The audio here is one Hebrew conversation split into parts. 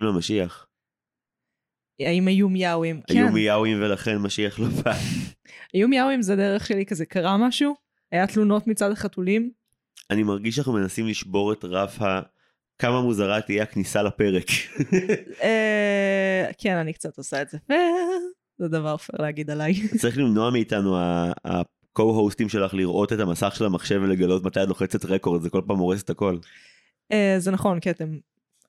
לא, מהמשיח. האם היו מיאווים? כן. היו מיאווים ולכן משיח לא בא. היו מיאווים זה דרך שלי כזה, קרה משהו? היה תלונות מצד החתולים? אני מרגיש שאנחנו מנסים לשבור את רף ה... כמה מוזרה תהיה הכניסה לפרק. אה, כן, אני קצת עושה את זה פייר. זה דבר פייר להגיד עליי. צריך למנוע מאיתנו ה- ה-co-hosting שלך לראות את המסך של המחשב ולגלות מתי את לוחצת רקורד, זה כל פעם הורס את הכל. אה, זה נכון, כי אתם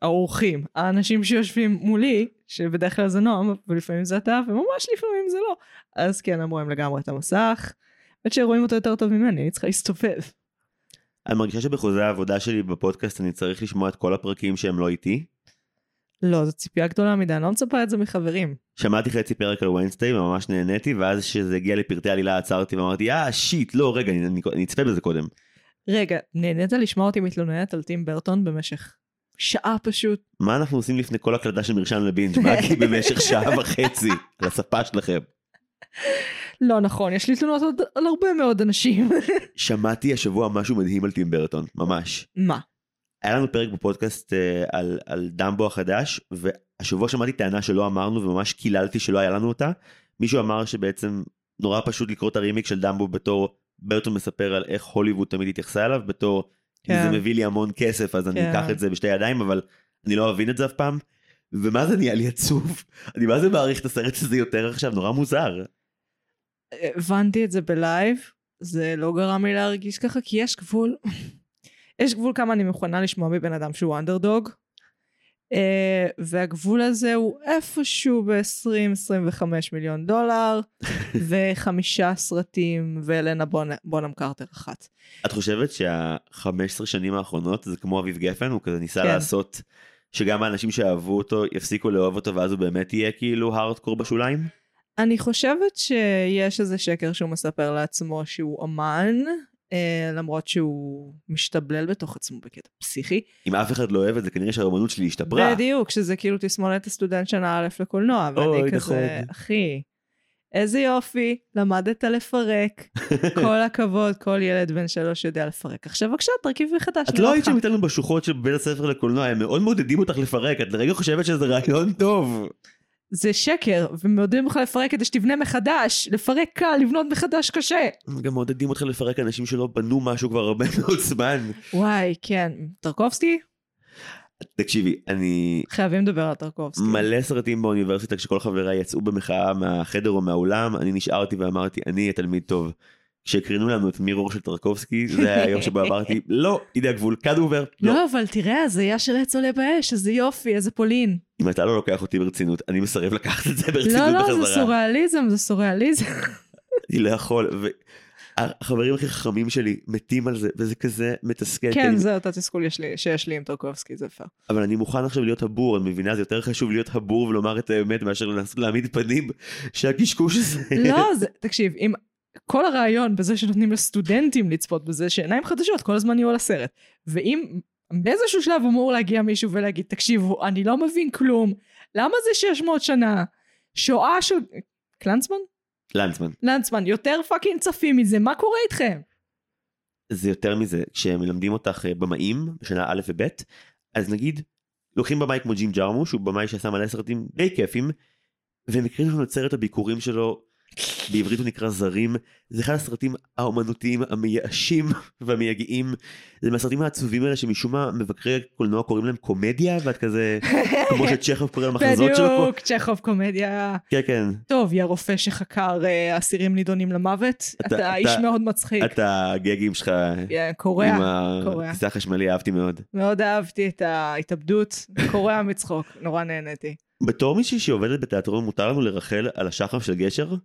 האורחים, האנשים שיושבים מולי, שבדרך כלל זה נועם, ולפעמים זה אתה, וממש לפעמים זה לא. אז כן, הם רואים לגמרי את המסך. האמת שרואים אותו יותר טוב ממני, אני צריכה להסתובב. אני מרגישה שבחוזה העבודה שלי בפודקאסט אני צריך לשמוע את כל הפרקים שהם לא איתי. לא, זו ציפייה גדולה מדי, אני לא מצפה את זה מחברים. שמעתי חצי פרק על ויינסטיי וממש נהניתי, ואז כשזה הגיע לפרטי עלילה עצרתי ואמרתי, אה, שיט, לא, רגע, אני, אני, אני אצפה בזה קודם. רגע, נהנית לשמוע אותי מתלוננת על טים ברטון במשך שעה פשוט? מה אנחנו עושים לפני כל הקלטה של מרשם לבינג'? מה כי במשך שעה וחצי על הספה שלכם? לא נכון, יש לי תלונות עוד על הרבה מאוד אנשים. שמעתי השבוע משהו מדהים על טים ברטון, ממש. מה? היה לנו פרק בפודקאסט אה, על, על דמבו החדש, והשבוע שמעתי טענה שלא אמרנו וממש קיללתי שלא היה לנו אותה. מישהו אמר שבעצם נורא פשוט לקרוא את הרימיק של דמבו בתור, ברטון מספר על איך הוליווד תמיד התייחסה אליו, בתור, כן. כן. זה מביא לי המון כסף אז אני כן. אקח את זה בשתי ידיים, אבל אני לא אבין את זה אף פעם. ומה זה נהיה לי עצוב? אני מה זה מעריך את הסרט הזה יותר עכשיו, נורא מוזר. הבנתי את זה בלייב, זה לא גרם לי להרגיש ככה, כי יש גבול. יש גבול כמה אני מוכנה לשמוע מבן אדם שהוא אנדרדוג, אה, והגבול הזה הוא איפשהו ב-20-25 מיליון דולר, וחמישה סרטים, ואלנה בונ- בונם קרטר אחת. את חושבת שה-15 שנים האחרונות זה כמו אביב גפן, הוא כזה ניסה כן. כן. לעשות שגם האנשים שאהבו אותו יפסיקו לאהוב אותו ואז הוא באמת יהיה כאילו הארדקור בשוליים? אני חושבת שיש איזה שקר שהוא מספר לעצמו שהוא אמן, אה, למרות שהוא משתבלל בתוך עצמו בקטע פסיכי. אם אף אחד לא אוהב את זה כנראה שהאומנות שלי השתפרה. בדיוק, שזה כאילו תסמונת הסטודנט שנה א' לקולנוע, ואני אוי, כזה, נכון. אחי, איזה יופי, למדת לפרק, כל הכבוד, כל ילד בן שלוש יודע לפרק. עכשיו בבקשה, תרכיב מחדש. את נראה לא היית אותך. שם איתנו בשוחות של בית הספר לקולנוע, הם מאוד מעודדים אותך לפרק, את לרגע חושבת שזה רעיון טוב. זה שקר, ומעודדים לך לפרק כדי שתבנה מחדש, לפרק קל, לבנות מחדש קשה. גם מעודדים אותך לפרק אנשים שלא בנו משהו כבר הרבה מאוד זמן. וואי, כן, טרקובסקי? תקשיבי, אני חייבים לדבר על טרקובסקי. מלא סרטים באוניברסיטה כשכל חבריי יצאו במחאה מהחדר או מהאולם, אני נשארתי ואמרתי, אני אהיה תלמיד טוב. כשהקרינו לנו את מירור של טרקובסקי, זה היה היום שבו אמרתי, לא, הנה הגבול, כאן הוא עובר. לא. לא, אבל תראה, הזיה של עץ עולה באש, איזה יופי, איזה פולין. אם אתה לא לוקח אותי ברצינות, אני מסרב לקחת את זה ברצינות לא, בחזרה. לא, זה סוריאליזם, זה סוריאליזם. אני לא יכול. ו- החברים הכי חכמים שלי מתים על זה, וזה כזה מתסכל. כי כן, אני- זה אותו תסכול יש לי- שיש לי עם טרקובסקי, זה פייר. אבל אני מוכן עכשיו להיות הבור, את מבינה? זה יותר חשוב להיות הבור ולומר את האמת מאשר לנסות להעמיד פנים שהקשקוש הזה. לא, זה, תקשיב, אם כל הרעיון בזה שנותנים לסטודנטים לצפות בזה, שעיניים חדשות כל הזמן יהיו על הסרט. ואם באיזשהו שלב אמור להגיע מישהו ולהגיד, תקשיבו, אני לא מבין כלום, למה זה 600 שנה? שואה של... קלנצמן? לנצמן. לנצמן, יותר פאקינג צפים מזה, מה קורה איתכם? זה יותר מזה, כשמלמדים אותך אה, במאים בשנה א' וב', אז נגיד, לוקחים במאי כמו ג'ים ג'רמו, שהוא במאי שעשה מלא סרטים די כיפים, ומקריאים לנו את סרט הביקורים שלו, בעברית הוא נקרא זרים, זה אחד הסרטים האומנותיים המייאשים והמייגעים, זה מהסרטים העצובים האלה שמשום מה מבקרי הקולנוע קוראים להם קומדיה, ואת כזה, כמו שצ'כוב קורא למחזות שלו, בדיוק, צ'כוב קומדיה. כן כן, טוב, יא רופא שחקר אה, אסירים נידונים למוות, אתה- אתה איש אתה- מאוד מצחיק. את הגגים שלך, אה, עם קורע, קורע. הכיסא החשמלי אהבתי מאוד. מאוד אהבתי את ההתאבדות, קורע מצחוק, נורא נהניתי. בתור מישהי שעובדת בתיאטרון מותר לנו לרחל על השחף של גשר?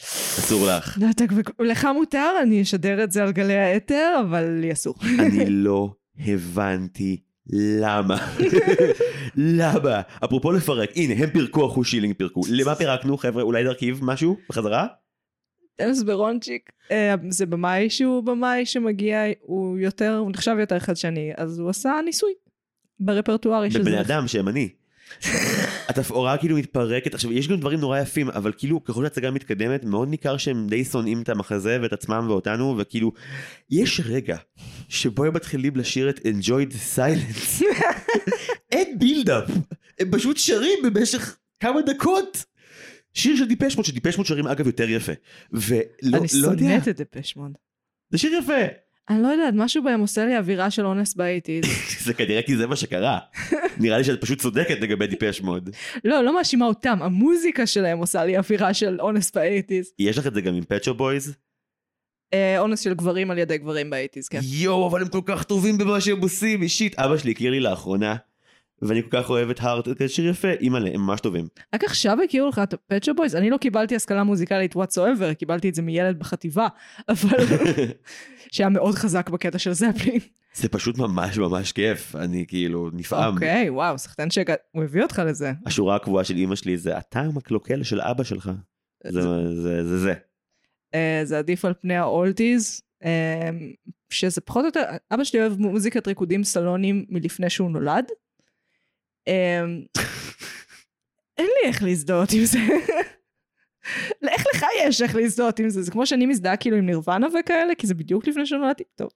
אסור לך. לא, תק- לך מותר, אני אשדר את זה על גלי האתר, אבל לי אסור. אני לא הבנתי למה. למה? אפרופו לפרק, הנה הם פירקו אחוז שילינג פירקו. למה פירקנו חבר'ה? אולי נרכיב משהו? בחזרה? אנס ברונצ'יק, אה, זה במאי שהוא במאי שמגיע, הוא יותר, הוא נחשב יותר חדשני, אז הוא עשה ניסוי. ברפרטוארי של בבני זה. אדם שהם אני. התפאורה כאילו מתפרקת. עכשיו יש גם דברים נורא יפים אבל כאילו ככל שההצגה מתקדמת מאוד ניכר שהם די שונאים את המחזה ואת עצמם ואותנו וכאילו יש רגע שבו הם מתחילים לשיר את enjoy the silence. אין בילדאפ. הם פשוט שרים במשך כמה דקות. שיר של דיפש מוד, שדיפש מוד שרים אגב יותר יפה. ולא אני לא יודע, שונאת את דפש מוד. זה שיר יפה. אני לא יודעת, משהו בהם עושה לי אווירה של אונס באיטיז. זה כנראה כי זה מה שקרה. נראה לי שאת פשוט צודקת לגבי דיפש מוד. לא, לא מאשימה אותם, המוזיקה שלהם עושה לי אווירה של אונס באיטיז. יש לך את זה גם עם פצ'ו בויז? אה, אונס של גברים על ידי גברים באיטיז, כן. יואו, אבל הם כל כך טובים במה שהם עושים, אישית. אבא שלי הכיר לי לאחרונה, ואני כל כך אוהב את הארט, זה שיר יפה. אימא'לה, הם ממש טובים. רק עכשיו הכירו לך את הפצ'ו בויז? אני לא קיבלתי השכלה מוזיקלית whatsoever, קיבלתי את זה מילד בחטיבה, אבל שהיה מאוד חזק בקטע של זפלין. זה פשוט ממש ממש כיף, אני כאילו נפעם. אוקיי, וואו, סחטיין שהוא הביא אותך לזה. השורה הקבועה של אימא שלי זה הטעם הקלוקל של אבא שלך. זה זה זה. זה. אה, זה עדיף על פני האולטיז, אה, שזה פחות או יותר, אבא שלי אוהב מוזיקת ריקודים סלונים מלפני שהוא נולד. אה, אין לי איך להזדהות עם זה. לא, איך לך יש איך להזדהות עם זה? זה כמו שאני מזדהה כאילו עם נירוונה וכאלה, כי זה בדיוק לפני שנולדתי. טוב.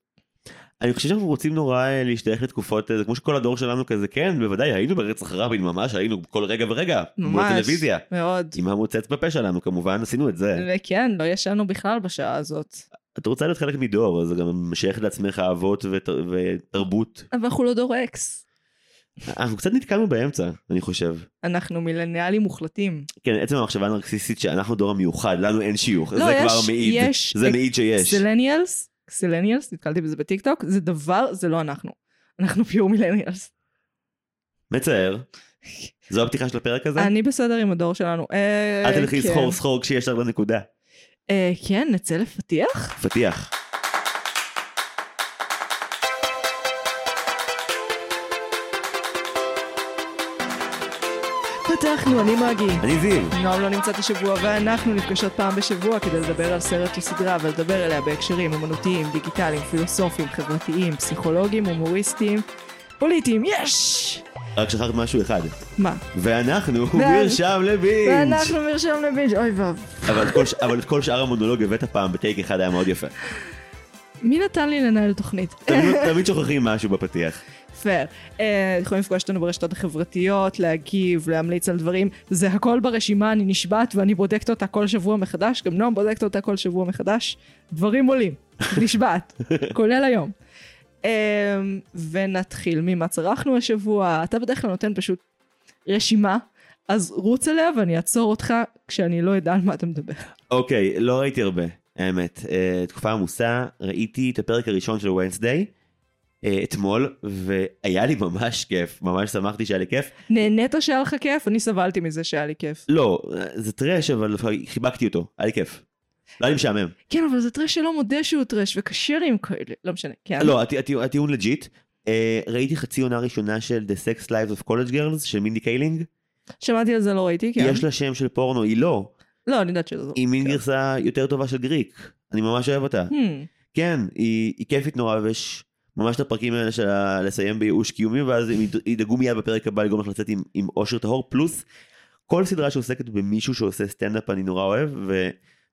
אני חושב שאנחנו רוצים נורא אה, להשתייך לתקופות, אה, זה כמו שכל הדור שלנו כזה, כן, בוודאי, היינו ברצח רבין ממש, היינו כל רגע ורגע, מול ממש. הטלוויזיה. מאוד. עם המוצץ בפה שלנו כמובן, עשינו את זה. וכן, לא ישנו בכלל בשעה הזאת. את רוצה להיות חלק מדור, אז גם משייך לעצמך אהבות ות- ותרבות. אבל אנחנו לא דור אקס. אנחנו קצת נתקענו באמצע, אני חושב. אנחנו מילניאלים מוחלטים. כן, עצם המחשבה הנרקסיסטית שאנחנו דור המיוחד, לנו אין שיוך, לא, זה יש- כבר מעיד, יש- לא- זה מעיד שיש. סילניאלס, סילניאלס, נתקלתי בזה בטיקטוק, זה דבר, זה לא אנחנו. אנחנו פיור מילניאלס. מצער. זו הפתיחה של הפרק הזה? אני בסדר עם הדור שלנו. אה, אל תלכי כן. סחור סחור כשיש לך נקודה. אה, כן, נצא לפתיח? פתיח. פתחנו, אני מגי. אני זיו. נועם לא נמצאת השבוע ואנחנו נפגשות פעם בשבוע כדי לדבר על סרט או סדרה ולדבר אליה בהקשרים אומנותיים, דיגיטליים, פילוסופיים, חברתיים, פסיכולוגיים, הומוריסטיים, פוליטיים, יש! רק שכחת משהו אחד. מה? ואנחנו ואנ- מרשם לבינג'. ואנחנו מרשם לבינג', אוי ואבוי. אבל את כל ש- אבל את כל שאר המונולוג הבאת פעם בטייק אחד היה מאוד יפה. מי נתן לי לנהל תוכנית? תמיד- תמיד שוכחים משהו בפתיח. פייר. אה, אתם יכולים לפגוש אותנו ברשתות החברתיות, להגיב, להמליץ על דברים. זה הכל ברשימה, אני נשבעת ואני בודקת אותה כל שבוע מחדש. גם נועם בודקת אותה כל שבוע מחדש. דברים עולים, נשבעת, כולל היום. אה, ונתחיל ממה צרכנו השבוע. אתה בדרך כלל נותן פשוט רשימה, אז רוץ אליה ואני אעצור אותך כשאני לא אדע על מה אתה מדבר. אוקיי, לא ראיתי הרבה, האמת. אה, תקופה עמוסה, ראיתי את הפרק הראשון של ונסדיי. אתמול והיה לי ממש כיף ממש שמחתי שהיה לי כיף נהנית שהיה לך כיף? אני סבלתי מזה שהיה לי כיף. לא אה, זה טרש אבל חיבקתי אותו היה לי כיף. לא היה לי משעמם. כן, אבל זה טרש שלא מודה שהוא טרש, וקשה לי עם כאלה. לא משנה, כן. לא, הטי- הטי- הטיעון לג'יט. אה, ראיתי חצי עונה ראשונה של The Sex Lives of College Girls של מינדי קיילינג. שמעתי על זה, לא ראיתי, כן. יש לה שם של פורנו, היא לא. לא, אני יודעת שזה... היא מין כן. גרסה יותר טובה של גריק. אני ממש אוהב אותה. Hmm. כן, היא היא כיפית נורא ויש ממש את הפרקים האלה של ה- לסיים בייאוש קיומי ואז הם יד- ידאגו מיד בפרק הבא לגרום לך לצאת עם- עם אושר טהור. פלוס כל סדרה שעוסקת במישהו שעושה סטנדאפ אני נורא אוהב.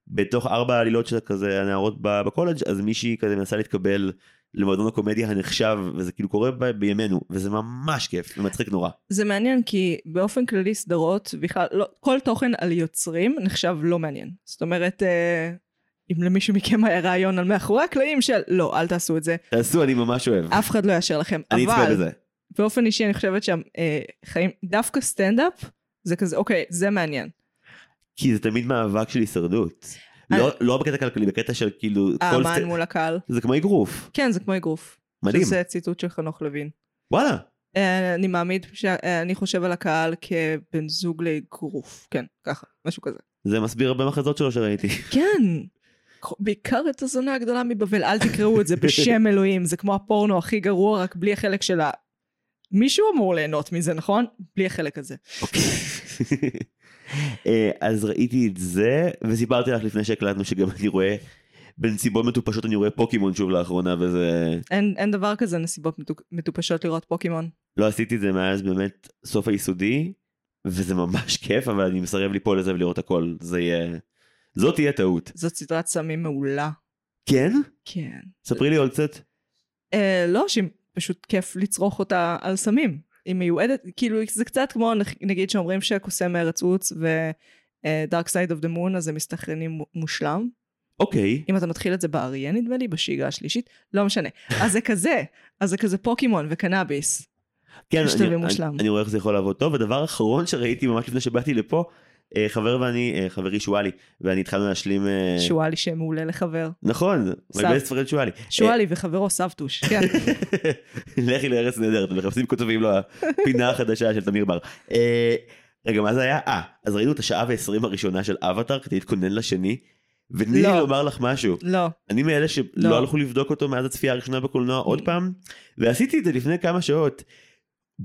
ובתוך ארבע העלילות של כזה הנערות ב- בקולג' אז מישהי כזה מנסה להתקבל למועדון הקומדיה הנחשב וזה כאילו קורה ב- בימינו וזה ממש כיף ומצחיק נורא. זה מעניין כי באופן כללי סדרות, בכלל, לא, כל תוכן על יוצרים נחשב לא מעניין. זאת אומרת, אה, אם למישהו מכם היה רעיון על מאחורי הקלעים של לא, אל תעשו את זה, תעשו אני ממש אוהב. אף אחד לא יאשר לכם. אני אצפה אבל בזה. באופן אישי אני חושבת שם אה, חיים, דווקא סטנדאפ, זה כזה, אוקיי, זה מעניין. כי זה תמיד מאבק של הישרדות. אני- לא, לא בקטע כלכלי, בקטע של כאילו, כל האמן סט... אה, מול הקהל. זה כמו אגרוף, כן, זה כמו אגרוף. מדהים, שזה ציטוט של חנוך לוין. וואלה. אה, אני מעמיד, ש- אה, אני חושב על הקהל כבן זוג לאגרוף. כן, ככה, משהו כזה. זה מסביר הרבה מחזות שלו שראיתי. כן. בעיקר את הזונה הגדולה מבבל, אל תקראו את זה בשם אלוהים, זה כמו הפורנו הכי גרוע, רק בלי החלק של ה... מישהו אמור ליהנות מזה, נכון? בלי החלק הזה. אה, אז ראיתי את זה, וסיפרתי לך לפני שהקלטנו שגם אני רואה, בנסיבות מטופשות אני רואה פוקימון שוב לאחרונה, וזה... אין, אין דבר כזה נסיבות מטוק- מטופשות לראות פוקימון. לא עשיתי את זה מאז באמת סוף היסודי, וזה ממש כיף, אבל אני מסרב ליפול לזה ולראות הכל. זה יהיה... זאת תהיה טעות. זאת סדרת סמים מעולה. כן? כן. ספרי לי עוד קצת. אה, לא, שפשוט כיף לצרוך אותה על סמים. היא מיועדת, כאילו זה קצת כמו נח- נגיד שאומרים שהקוסם מארץ עוץ ו-Dark Side of the Moon אז הם מסתכרנים מו- מושלם. אוקיי, אם אתה מתחיל את זה באריה נדמה לי, בשאיגה השלישית, לא משנה. אז זה כזה, אז זה כזה פוקימון וקנאביס. כן, משתלב אני, מושלם. אני, אני רואה איך זה יכול לעבוד טוב. הדבר האחרון שראיתי ממש לפני שבאתי לפה, אה, חבר ואני, אה, חברי שואלי, ואני התחלנו להשלים... אה, שואלי שם מעולה לחבר. נכון, my סב. best friend שואלי. שואלי וחברו סבתוש, כן. לכי לארץ נהדרת, מחפשים כותבים לו הפינה החדשה של תמיר בר. אה, רגע, מה זה היה? אה, אז ראינו את השעה ועשרים הראשונה של אבטאר כדי להתכונן לשני, ותני לי לא. לומר לך משהו. לא. אני מאלה שלא לא. הלכו לבדוק אותו מאז הצפייה הראשונה בקולנוע עוד פעם, ועשיתי את זה לפני כמה שעות.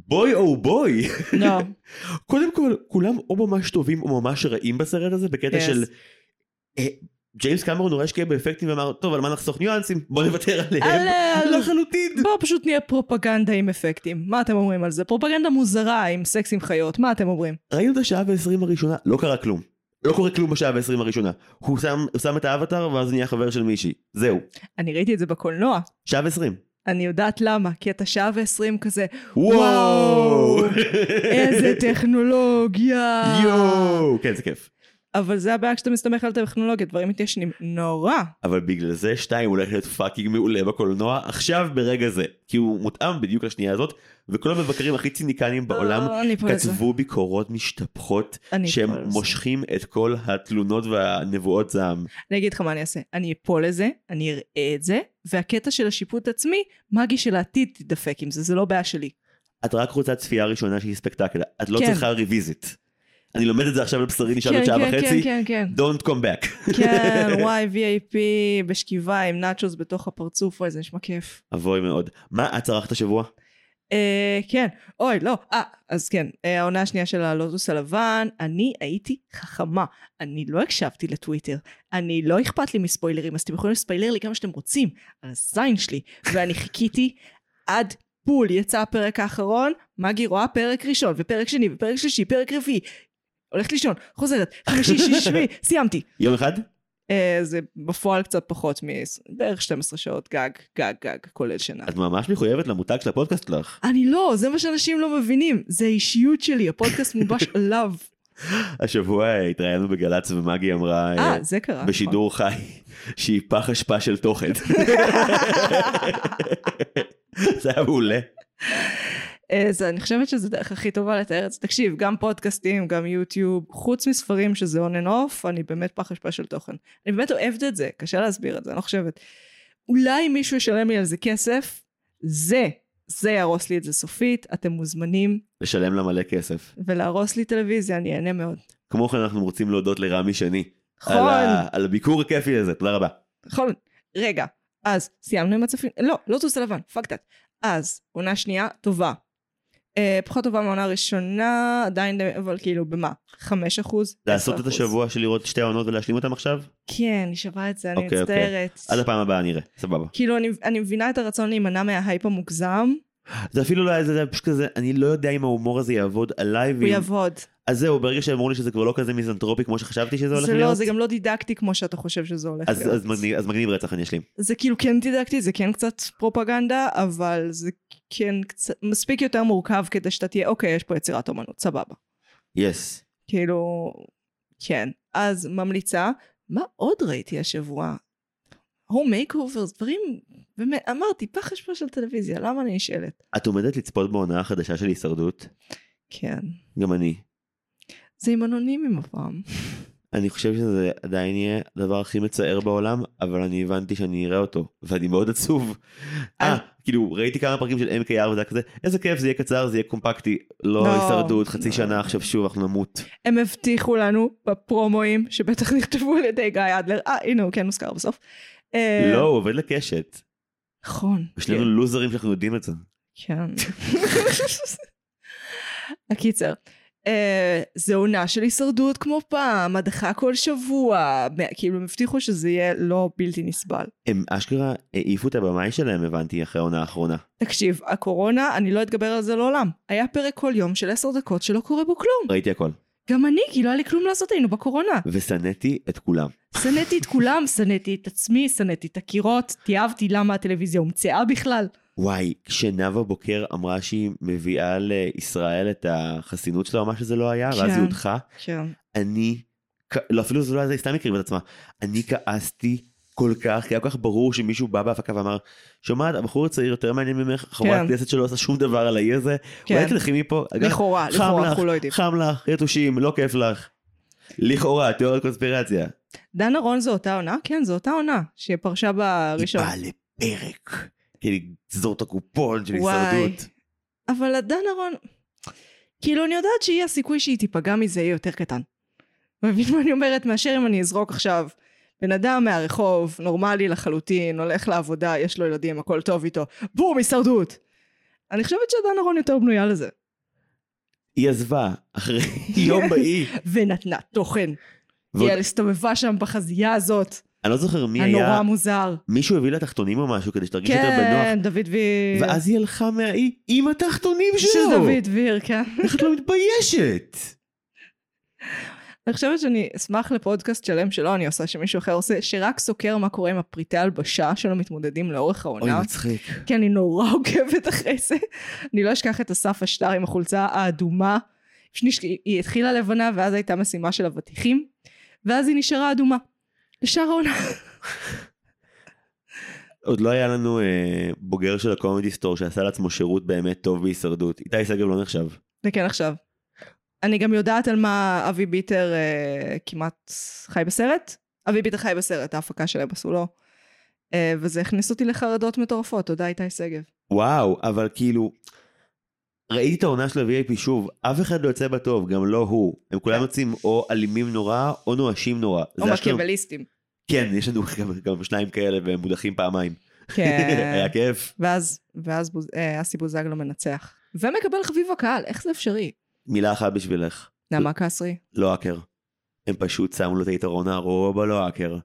בוי או בוי, לא, קודם כל, כולם או ממש טובים או ממש רעים בסרט הזה, בקטע Yes. של... אה, ג'יימס קמרון הוא השקיע באפקטים ואמר, טוב, על מה נחסוך ניואנסים? בוא נוותר עליהם. על- לחלוטין. לא, בואו פשוט נהיה פרופגנדה עם אפקטים. מה אתם אומרים על זה? פרופגנדה מוזרה עם סקס עם חיות, מה אתם אומרים? ראינו את השעה ועשרים הראשונה, לא קרה כלום. לא קורה כלום בשעה ועשרים הראשונה. הוא שם, הוא שם את האבטר ואז נהיה חבר של מישהי. זהו. אני ראיתי את זה בקולנוע, שעה ועשרים. אני יודעת למה, כי אתה שעה ועשרים כזה, וואו! וואו. איזה טכנולוגיה! יואו! כן, זה כיף. אבל זה הבעיה כשאתה מסתמך על טכנולוגיה, דברים מתיישנים נורא. אבל בגלל זה שתיים הולך להיות פאקינג מעולה בקולנוע עכשיו ברגע זה. כי הוא מותאם בדיוק לשנייה הזאת, וכל המבקרים הכי ציניקנים בעולם אה, אני פה לזה. כתבו ביקורות משתפחות אני שהם אפול לזה. מושכים את כל התלונות והנבואות זעם. אני אגיד לך מה אני אעשה, אני אפול לזה, אני אראה את זה, והקטע של השיפוט עצמי, מגי של העתיד תידפק עם זה, זה לא בעיה שלי. את רק רוצה צפייה ראשונה שהיא ספקטקל, את לא כן. צריכה רוויזית. אני לומד את זה עכשיו על בשרי נשאר עוד שעה כן, כן, וחצי, כן, כן. Don't come back. כן, וואי, VIP בשכיבה עם נאצ'וס בתוך הפרצוף, וואי, זה נשמע כיף. אבוי מאוד. מה את צרכת השבוע? אה, כן, אוי, לא, אה, אז כן, אה, העונה השנייה של הלוטוס הלבן, אני הייתי חכמה, אני לא הקשבתי לטוויטר, אני לא אכפת לי מספוילרים, אז אתם יכולים לספיילר לי כמה שאתם רוצים, על הזין שלי, ואני חיכיתי עד בול, יצא הפרק האחרון, מגי רואה פרק ראשון, ופרק שני, ופרק שלישי, פרק רביעי, הולכת לישון, חוזרת, חמישי, שישי, שביעי, סיימתי. יום אחד? אה, זה בפועל קצת פחות מבערך 12 שעות גג, גג, גג, כולל שינה. את ממש מחויבת למותג של הפודקאסט שלך. אני לא, זה מה שאנשים לא מבינים, זה האישיות שלי, הפודקאסט מובש עליו. השבוע אה, התראיינו בגל"צ ומגי אמרה... אה, אה, זה קרה. נכון. בשידור חי, שהיא פח אשפה של תוכן. זה היה מעולה. אה, זה- אני חושבת שזו הדרך הכי טובה לתאר את זה. תקשיב, גם פודקאסטים, גם יוטיוב, חוץ מספרים שזה און אנד אוף, אני באמת פח אשפה של תוכן. אני באמת אוהבת את זה, קשה להסביר את זה, אני לא חושבת. אולי מישהו ישלם לי על זה כסף, זה, זה יהרוס לי את זה סופית, אתם מוזמנים, לשלם לה מלא כסף. ולהרוס לי טלוויזיה, אני אהנה מאוד. כמו כן אנחנו רוצים להודות לרמי שני. על נכון. ה- על הביקור הכיפי הזה, תודה רבה. נכון, רגע, אז סיימנו עם הצופים, לא, לוטוס הלבן, פאק דאט. אז, עונה שנייה, טובה. אה, פחות טובה מהעונה הראשונה, עדיין, אבל כאילו, במה? 5 אחוז? לעשות את השבוע של לראות שתי העונות ולהשלים אותם עכשיו? כן, אני שווה את זה, אני אוקיי, אוקיי. מצטערת. עד הפעם הבאה נראה, סבבה. כאילו, אני- אני מבינה את הרצון להימנע מההייפ המוגזם, זה אפילו לא היה זה, זה היה פשוט כזה, אני לא יודע אם ההומור הזה יעבוד עליי. הוא ואם- יעבוד. אז זהו, ברגע שאמרו לי שזה כבר לא כזה מיזנטרופי כמו שחשבתי שזה הולך זה לא, להיות. זה גם לא דידקטי כמו שאתה חושב שזה הולך אז- להיות. אז מגניב- אז מגניב רצח, אני אשלים. זה כאילו כן דידקטי, זה כן קצת פרופגנדה, אבל זה כן קצת, מספיק יותר מורכב כדי שאתה תהיה, אוקיי, יש פה יצירת אומנות, סבבה. יס. כאילו, כן. אז ממליצה. מה עוד ראיתי השבוע? הום מייקאובר, דברים, באמת, אמרתי, פח אשפה של טלוויזיה, למה אני נשאלת? את עומדת לצפות בעונה החדשה של הישרדות? כן. גם אני. זה עם אנונימים הפעם. אני חושב שזה עדיין יהיה הדבר הכי מצער בעולם, אבל אני הבנתי שאני אראה אותו, ואני מאוד עצוב. אה, אני- כאילו, ראיתי כמה פרקים של MKR וזה היה כזה, איזה כיף, זה יהיה קצר, זה יהיה קומפקטי. לא לא, הישרדות, חצי לא. שנה עכשיו שוב, אנחנו נמות. הם הבטיחו לנו בפרומואים, שבטח נכתבו על ידי גיא אדלר, אה, הנה הוא כן הוזכר בסוף. אה, לא, הוא עובד לקשת. נכון. ושנינו לוזרים שאנחנו יודעים את זה. כן. הקיצר, אה, זה עונה של הישרדות כמו פעם, הדחה כל שבוע, מ- כאילו הם הבטיחו שזה יהיה לא בלתי נסבל. הם אשכרה העיפו את הבמאי שלהם, הבנתי, אחרי העונה האחרונה. תקשיב, הקורונה, אני לא אתגבר על זה לעולם. היה פרק כל יום של עשר דקות שלא קורה בו כלום. ראיתי הכל. גם אני, כי לא היה לי כלום לעשות, היינו בקורונה. ושנאתי את כולם. שנאתי את כולם, שנאתי את עצמי, שנאתי את הקירות, תיעבתי למה הטלוויזיה הומצאה בכלל. וואי, כשנאוה בוקר אמרה שהיא מביאה לישראל את החסינות שלה או מה שזה לא היה, ואז היא כן. הודחה, כן. אני, כ- לא אפילו זה לא היה, זה היא סתם הקריבה את עצמה, אני כעסתי כל כך, כי היה כל כך ברור שמישהו בא בהפקה ואמר, שומעת, הבחור הצעיר יותר מעניין ממך, חברת כן. כנסת כנסת שלא עושה שום דבר על האי הזה, אולי תלכי מפה, אגב, כן. לכאורה, חם לכאורה, לך, אנחנו לא יודעים. חם לך, יתושים, לא כיף לך. לכאורה, תיאוריית קונספירציה. דנה רון זו אותה עונה? כן, זו אותה עונה, שפרשה היא בראשון. באה לפרק, כדי לגזור את הקופון של וואי. הישרדות. אבל דנה רון... כאילו, אני יודעת שהיא הסיכוי שהיא תיפגע מזה יהיה יותר קטן. מבין מה אני אומרת? מאשר אם אני אזרוק עכשיו בן אדם מהרחוב, נורמלי לחלוטין, הולך לעבודה, יש לו ילדים, הכל טוב איתו, בום, הישרדות! אני חושבת שדנה רון יותר בנויה לזה. היא עזבה, אחרי יום באי. ונתנה תוכן. ועוד- היא הסתובבה שם בחזייה הזאת, אני לא זוכר מי היה, הנורא מוזר. מישהו הביא לה תחתונים או משהו כדי שתרגיש יותר כן, בנוח. דוד ויר. ואז היא הלכה מהאי עם התחתונים של שלו. דוד ויר, כן. איך את לא מתביישת? אני חושבת שאני אשמח לפודקאסט שלם שלא אני עושה, שמישהו אחר עושה, שרק סוקר מה קורה עם הפריטי הלבשה של המתמודדים לאורך אוי, העונה. מצחיק. כי אני נורא עוקבת אחרי זה. אני לא אשכח את אסף השטר עם החולצה האדומה. שניש- היא התחילה לבנה, ואז הייתה משימה של אבטיחים, ואז היא נשארה אדומה. לשאר העונה. עוד לא היה לנו אה, בוגר של הקומדי סטור שעשה לעצמו שירות באמת טוב בהישרדות. איתי שגב לא נחשב. זה כן עכשיו. אני גם יודעת על מה אבי ביטר אה, כמעט חי בסרט. אבי ביטר חי בסרט, ההפקה שלהם עשו לו. אה, וזה הכניס אותי לחרדות מטורפות, תודה איתי שגב. וואו, אבל כאילו, ראיתי את העונה של ה-VIP שוב, אף אחד לא יוצא בטוב, גם לא הוא. הם כולם יוצאים או אלימים נורא, או נואשים נורא. כן. או זה אשכרה- מקיאווליסטים. כן, יש לנו גם- גם שניים כאלה והם מודחים פעמיים. כן. היה כיף. ואז, ואז בוז, אה, אסי בוזגלו מנצח. ומקבל חביב הקהל, איך זה אפשרי? מילה אחת בשבילך, נעמה קסרי. לא האקר. הם פשוט שמו לו את היתרון הרוב בלא האקר.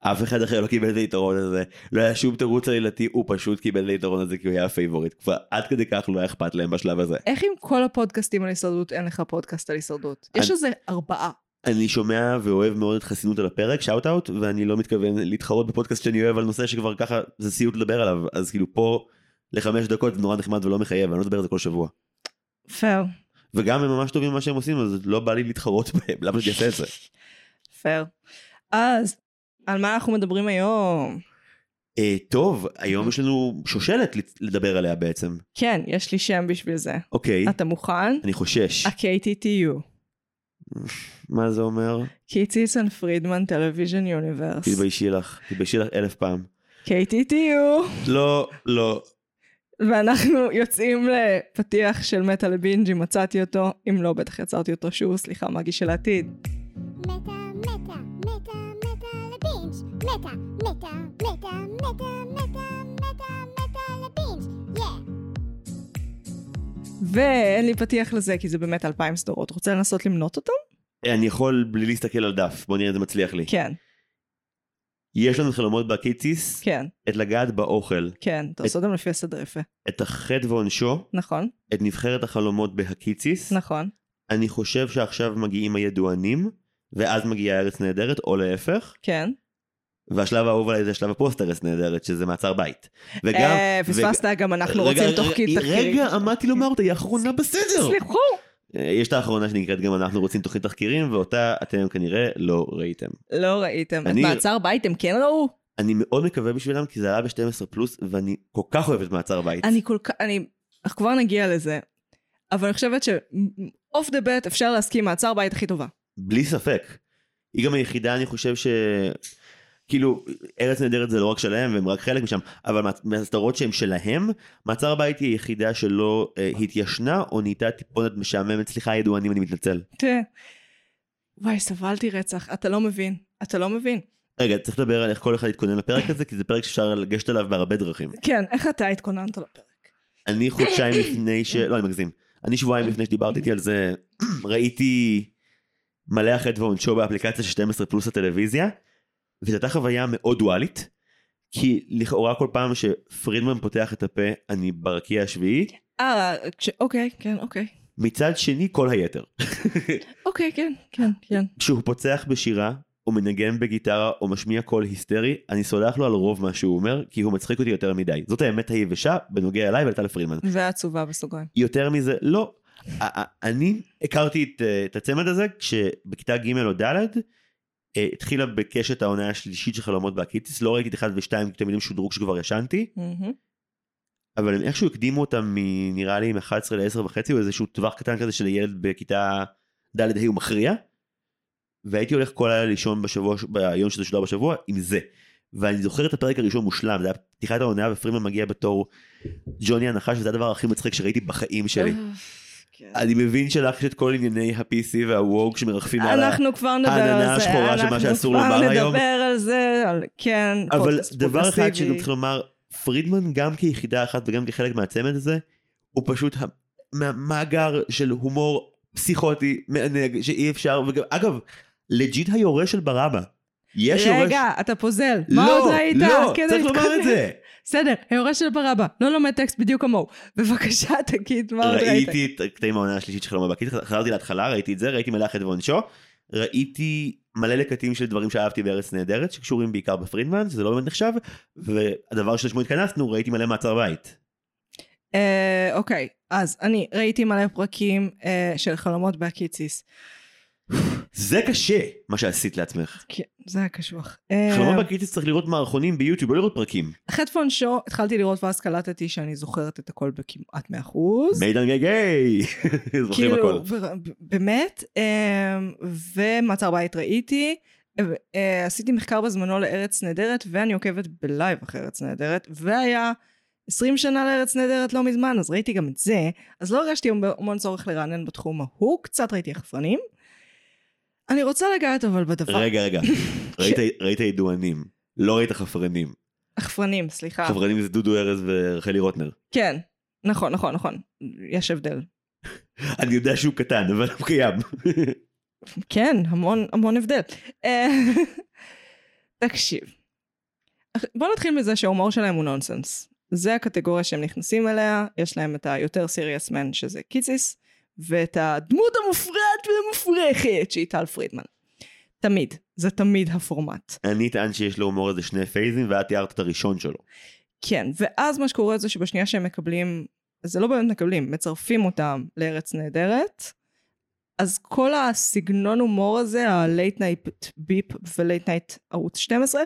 אף אחד אחר לא קיבל את היתרון הזה, לא היה שום תירוץ עלילתי, הוא פשוט קיבל את היתרון הזה כי הוא היה הפייבוריט. כבר עד כדי כך לא היה אכפת להם בשלב הזה. איך עם כל הפודקאסטים על הישרדות אין לך פודקאסט על הישרדות? יש אני- איזה ארבעה. אני שומע ואוהב מאוד את חסינות על הפרק, שאוט אאוט, ואני לא מתכוון להתחרות בפודקאסט שאני אוהב על נושא שכבר ככה זה סיוט לדבר עליו, אז כאילו פה לחמש דקות זה נורא נחמד ולא מחייב, אני לא מדבר על זה כל שבוע. פייר. וגם הם ממש טובים במה שהם עושים, אז לא בא לי להתחרות בהם, למה שאני אעשה את זה? פייר. אז, על מה אנחנו מדברים היום? אה, טוב, היום יש לנו שושלת לת- לדבר עליה בעצם. כן, יש לי שם בשביל זה. אוקיי, אתה מוכן? אני חושש. ה-KTTU, מה זה אומר? קיציסון פרידמן טלוויז'ן יוניברס. תתביישי לך, תתביישי לך אלף פעם. KTTU, לא, לא. ואנחנו יוצאים לפתיח של מטאל בינג'י, מצאתי אותו, אם לא, בטח יצרתי אותו שוב, סליחה, מגי של העתיד. Meta, meta, meta, meta, the beans. Meta, meta, meta, meta, meta, meta, meta, the beans. Yeah. ואין לי פתיח לזה, כי זה באמת אלפיים סדרות. רוצה לנסות למנות אותם? אה, אני יכול בלי להסתכל על דף, בוא נראה אם זה מצליח לי. כן, יש לנו חלומות בקיציס, כן, את לגעת באוכל, כן, אתה עושה אותם לפי הסדר יפה. את החטא ועונשו, נכון, את נבחרת החלומות בהקיציס. נכון. אני חושב שעכשיו מגיעים הידוענים, ואז מגיעה ארץ נהדרת, או להפך. כן. והשלב האהוב עליי זה שלב הפוסט ארץ נהדרת, שזה מעצר בית. וגם... אה, פספסת, גם אנחנו רגע, רוצים רגע, תוכנית תחקירים. רגע, עמדתי לומר אותה, היא האחרונה בסדר. סליחו. אה, יש את האחרונה שנקראת גם אנחנו רוצים תוכנית תחקירים, ואותה אתם כנראה לא ראיתם. לא ראיתם. את אני- מעצר בית הם כן ראו? אני מאוד מקווה בשבילם, כי זה עלה ב-12 פלוס, ואני כל כך אוהב את מעצר בית. אני כל כך, אני, אנחנו כבר נגיע לזה, אבל אני חושבת שאוף דה בט אפשר להסכים מעצר בית הכי טובה. בלי ספק. היא גם היחידה, אני חושב ש... כאילו, ארץ נהדרת זה לא רק שלהם, והם רק חלק משם, אבל מה- מהסדרות שהם שלהם, מעצר בית היא היחידה שלא אה, התיישנה, או נהייתה טיפונת משעממת, סליחה ידוענים, אני מתנצל. תראה, וואי, סבלתי רצח, אתה לא מבין, אתה לא מבין. רגע, צריך לדבר על איך כל אחד יתכונן לפרק הזה, כי זה פרק שאפשר לגשת אליו בהרבה דרכים. כן, איך אתה התכוננת לפרק? אני חודשיים לפני ש... לא, אני מגזים. אני שבועיים לפני שדיברתי איתי על זה, ראיתי מלא החטא ועונשו באפליקציה של 12 פלוס הטלוויזיה, וזו הייתה חוויה מאוד דואלית, כי לכאורה כל פעם שפרידמן פותח את הפה, אני ברקיע השביעי, אה, כש- אוקיי, כן, אוקיי. מצד שני כל היתר. אוקיי, כן, כן, כן. כשהוא פוצח בשירה, או מנגן בגיטרה, או משמיע קול היסטרי, אני סולח לו על רוב מה שהוא אומר, כי הוא מצחיק אותי יותר מדי. זאת האמת היבשה בנוגע אליי ולטל פרידמן. והעצובה בסוגריים. יותר מזה, לא. א- א- אני הכרתי את, אה, את הצמד הזה כשבכיתה ג' או ד' אה, התחילה בקשת העונה השלישית של חלומות בהקיטיס, לא ראיתי את אחד ושתיים כי תמיד הם שודרו כשכבר ישנתי, מהמם. אבל הם איכשהו הקדימו אותם מ- נראה לי מ-11 ל-10 וחצי, או איזשהו טווח קטן כזה של ילד בכיתה ד' ה' הוא מכריע, והייתי הולך כל הלילה לישון בשבוע, ש- ביום שזה שודר בשבוע, עם זה. ואני זוכר את הפרק הראשון מושלם, זה היה פתיחת העונה ופרימן מגיע בתור ג'וני הנחש, וזה הדבר הכי מצחיק שראיתי בחיים שלי. כן. אני מבין שלך יש את כל ענייני ה-PC והווק שמרחפים על ה... אנחנו כבר נדבר על זה. העננה השחורה של מה שאסור לומר היום. אנחנו כבר נדבר על זה, על כן, אבל פודקאסט דבר אחד פרוגרסיבי. שגם צריך לומר, פרידמן גם כיחידה אחת וגם כחלק מהצמד הזה, הוא פשוט ה- מהמאגר של הומור פסיכוטי מענג שאי אפשר, וגם, אגב, לג'יט היורה של ברבא. יש יורש... רגע, אתה פוזל. מה לא, עוד ראית? לא, כדי צריך לומר להתכונן. את זה. בסדר, היורה של ברבא, לא לומד טקסט בדיוק כמוהו. בבקשה, תגיד מה עוד ראית. ראיתי את הקטעים מהעונה השלישית של חלום הבקית, חזרתי להתחלה, ראיתי את זה, ראיתי מלאכת ועונשו, ראיתי מלא לקטים של דברים שאהבתי בארץ נהדרת, שקשורים בעיקר בפרידמן, שזה לא באמת נחשב, והדבר שלשמו התכנסנו, ראיתי מלא מעצר בית. אה, אוקיי, אז אני ראיתי מלא פרקים אה, של חלומות בהקיציס. זה קשה, מה שעשית לעצמך. כן, זה היה קשוח. אה, חלום הבקית צריך לראות מערכונים ביוטיוב, לא לראות פרקים. חטפון שו, התחלתי לראות ואז קלטתי שאני זוכרת את הכל בכמעט 100%. מידן גיי גיי! זוכרים הכל. כאילו, ו- באמת, אמ, ומעצר בית ראיתי. ו- אה, עשיתי מחקר בזמנו לארץ נהדרת, ואני עוקבת בלייב אחרי ארץ נהדרת, והיה 20 שנה לארץ נהדרת לא מזמן, אז ראיתי גם את זה. אז לא הרגשתי המון צורך לרענן בתחום ההוא, קצת ראיתי יחפנים. אני רוצה לגעת אבל בדבר... רגע, רגע, ראית- ראית ידוענים, לא ראית חפרנים. יחפנים, סליחה. חפרנים זה דודו ארז ורחלי רוטנר. כן, נכון, נכון, נכון. יש הבדל. אני יודע שהוא קטן, אבל הוא קיים. כן, המון, המון הבדל. אה, תקשיב, אח- בוא נתחיל מזה שההומור שלהם הוא נונסנס. זה הקטגוריה שהם נכנסים אליה, יש להם את היותר סיריאס מן שזה קיציס, ואת הדמות המופרעת והמופרכת שהיא טל פרידמן. תמיד, זה תמיד הפורמט. אני טען שיש להומור הזה שני פייזים, ואת תיארת את הראשון שלו. כן, ואז מה שקורה זה שבשנייה שהם מקבלים, זה לא באמת מקבלים, מצרפים אותם לארץ נהדרת, אז כל הסגנון הומור הזה, ה-Late Night ביפ ו-Late Night ערוץ 12,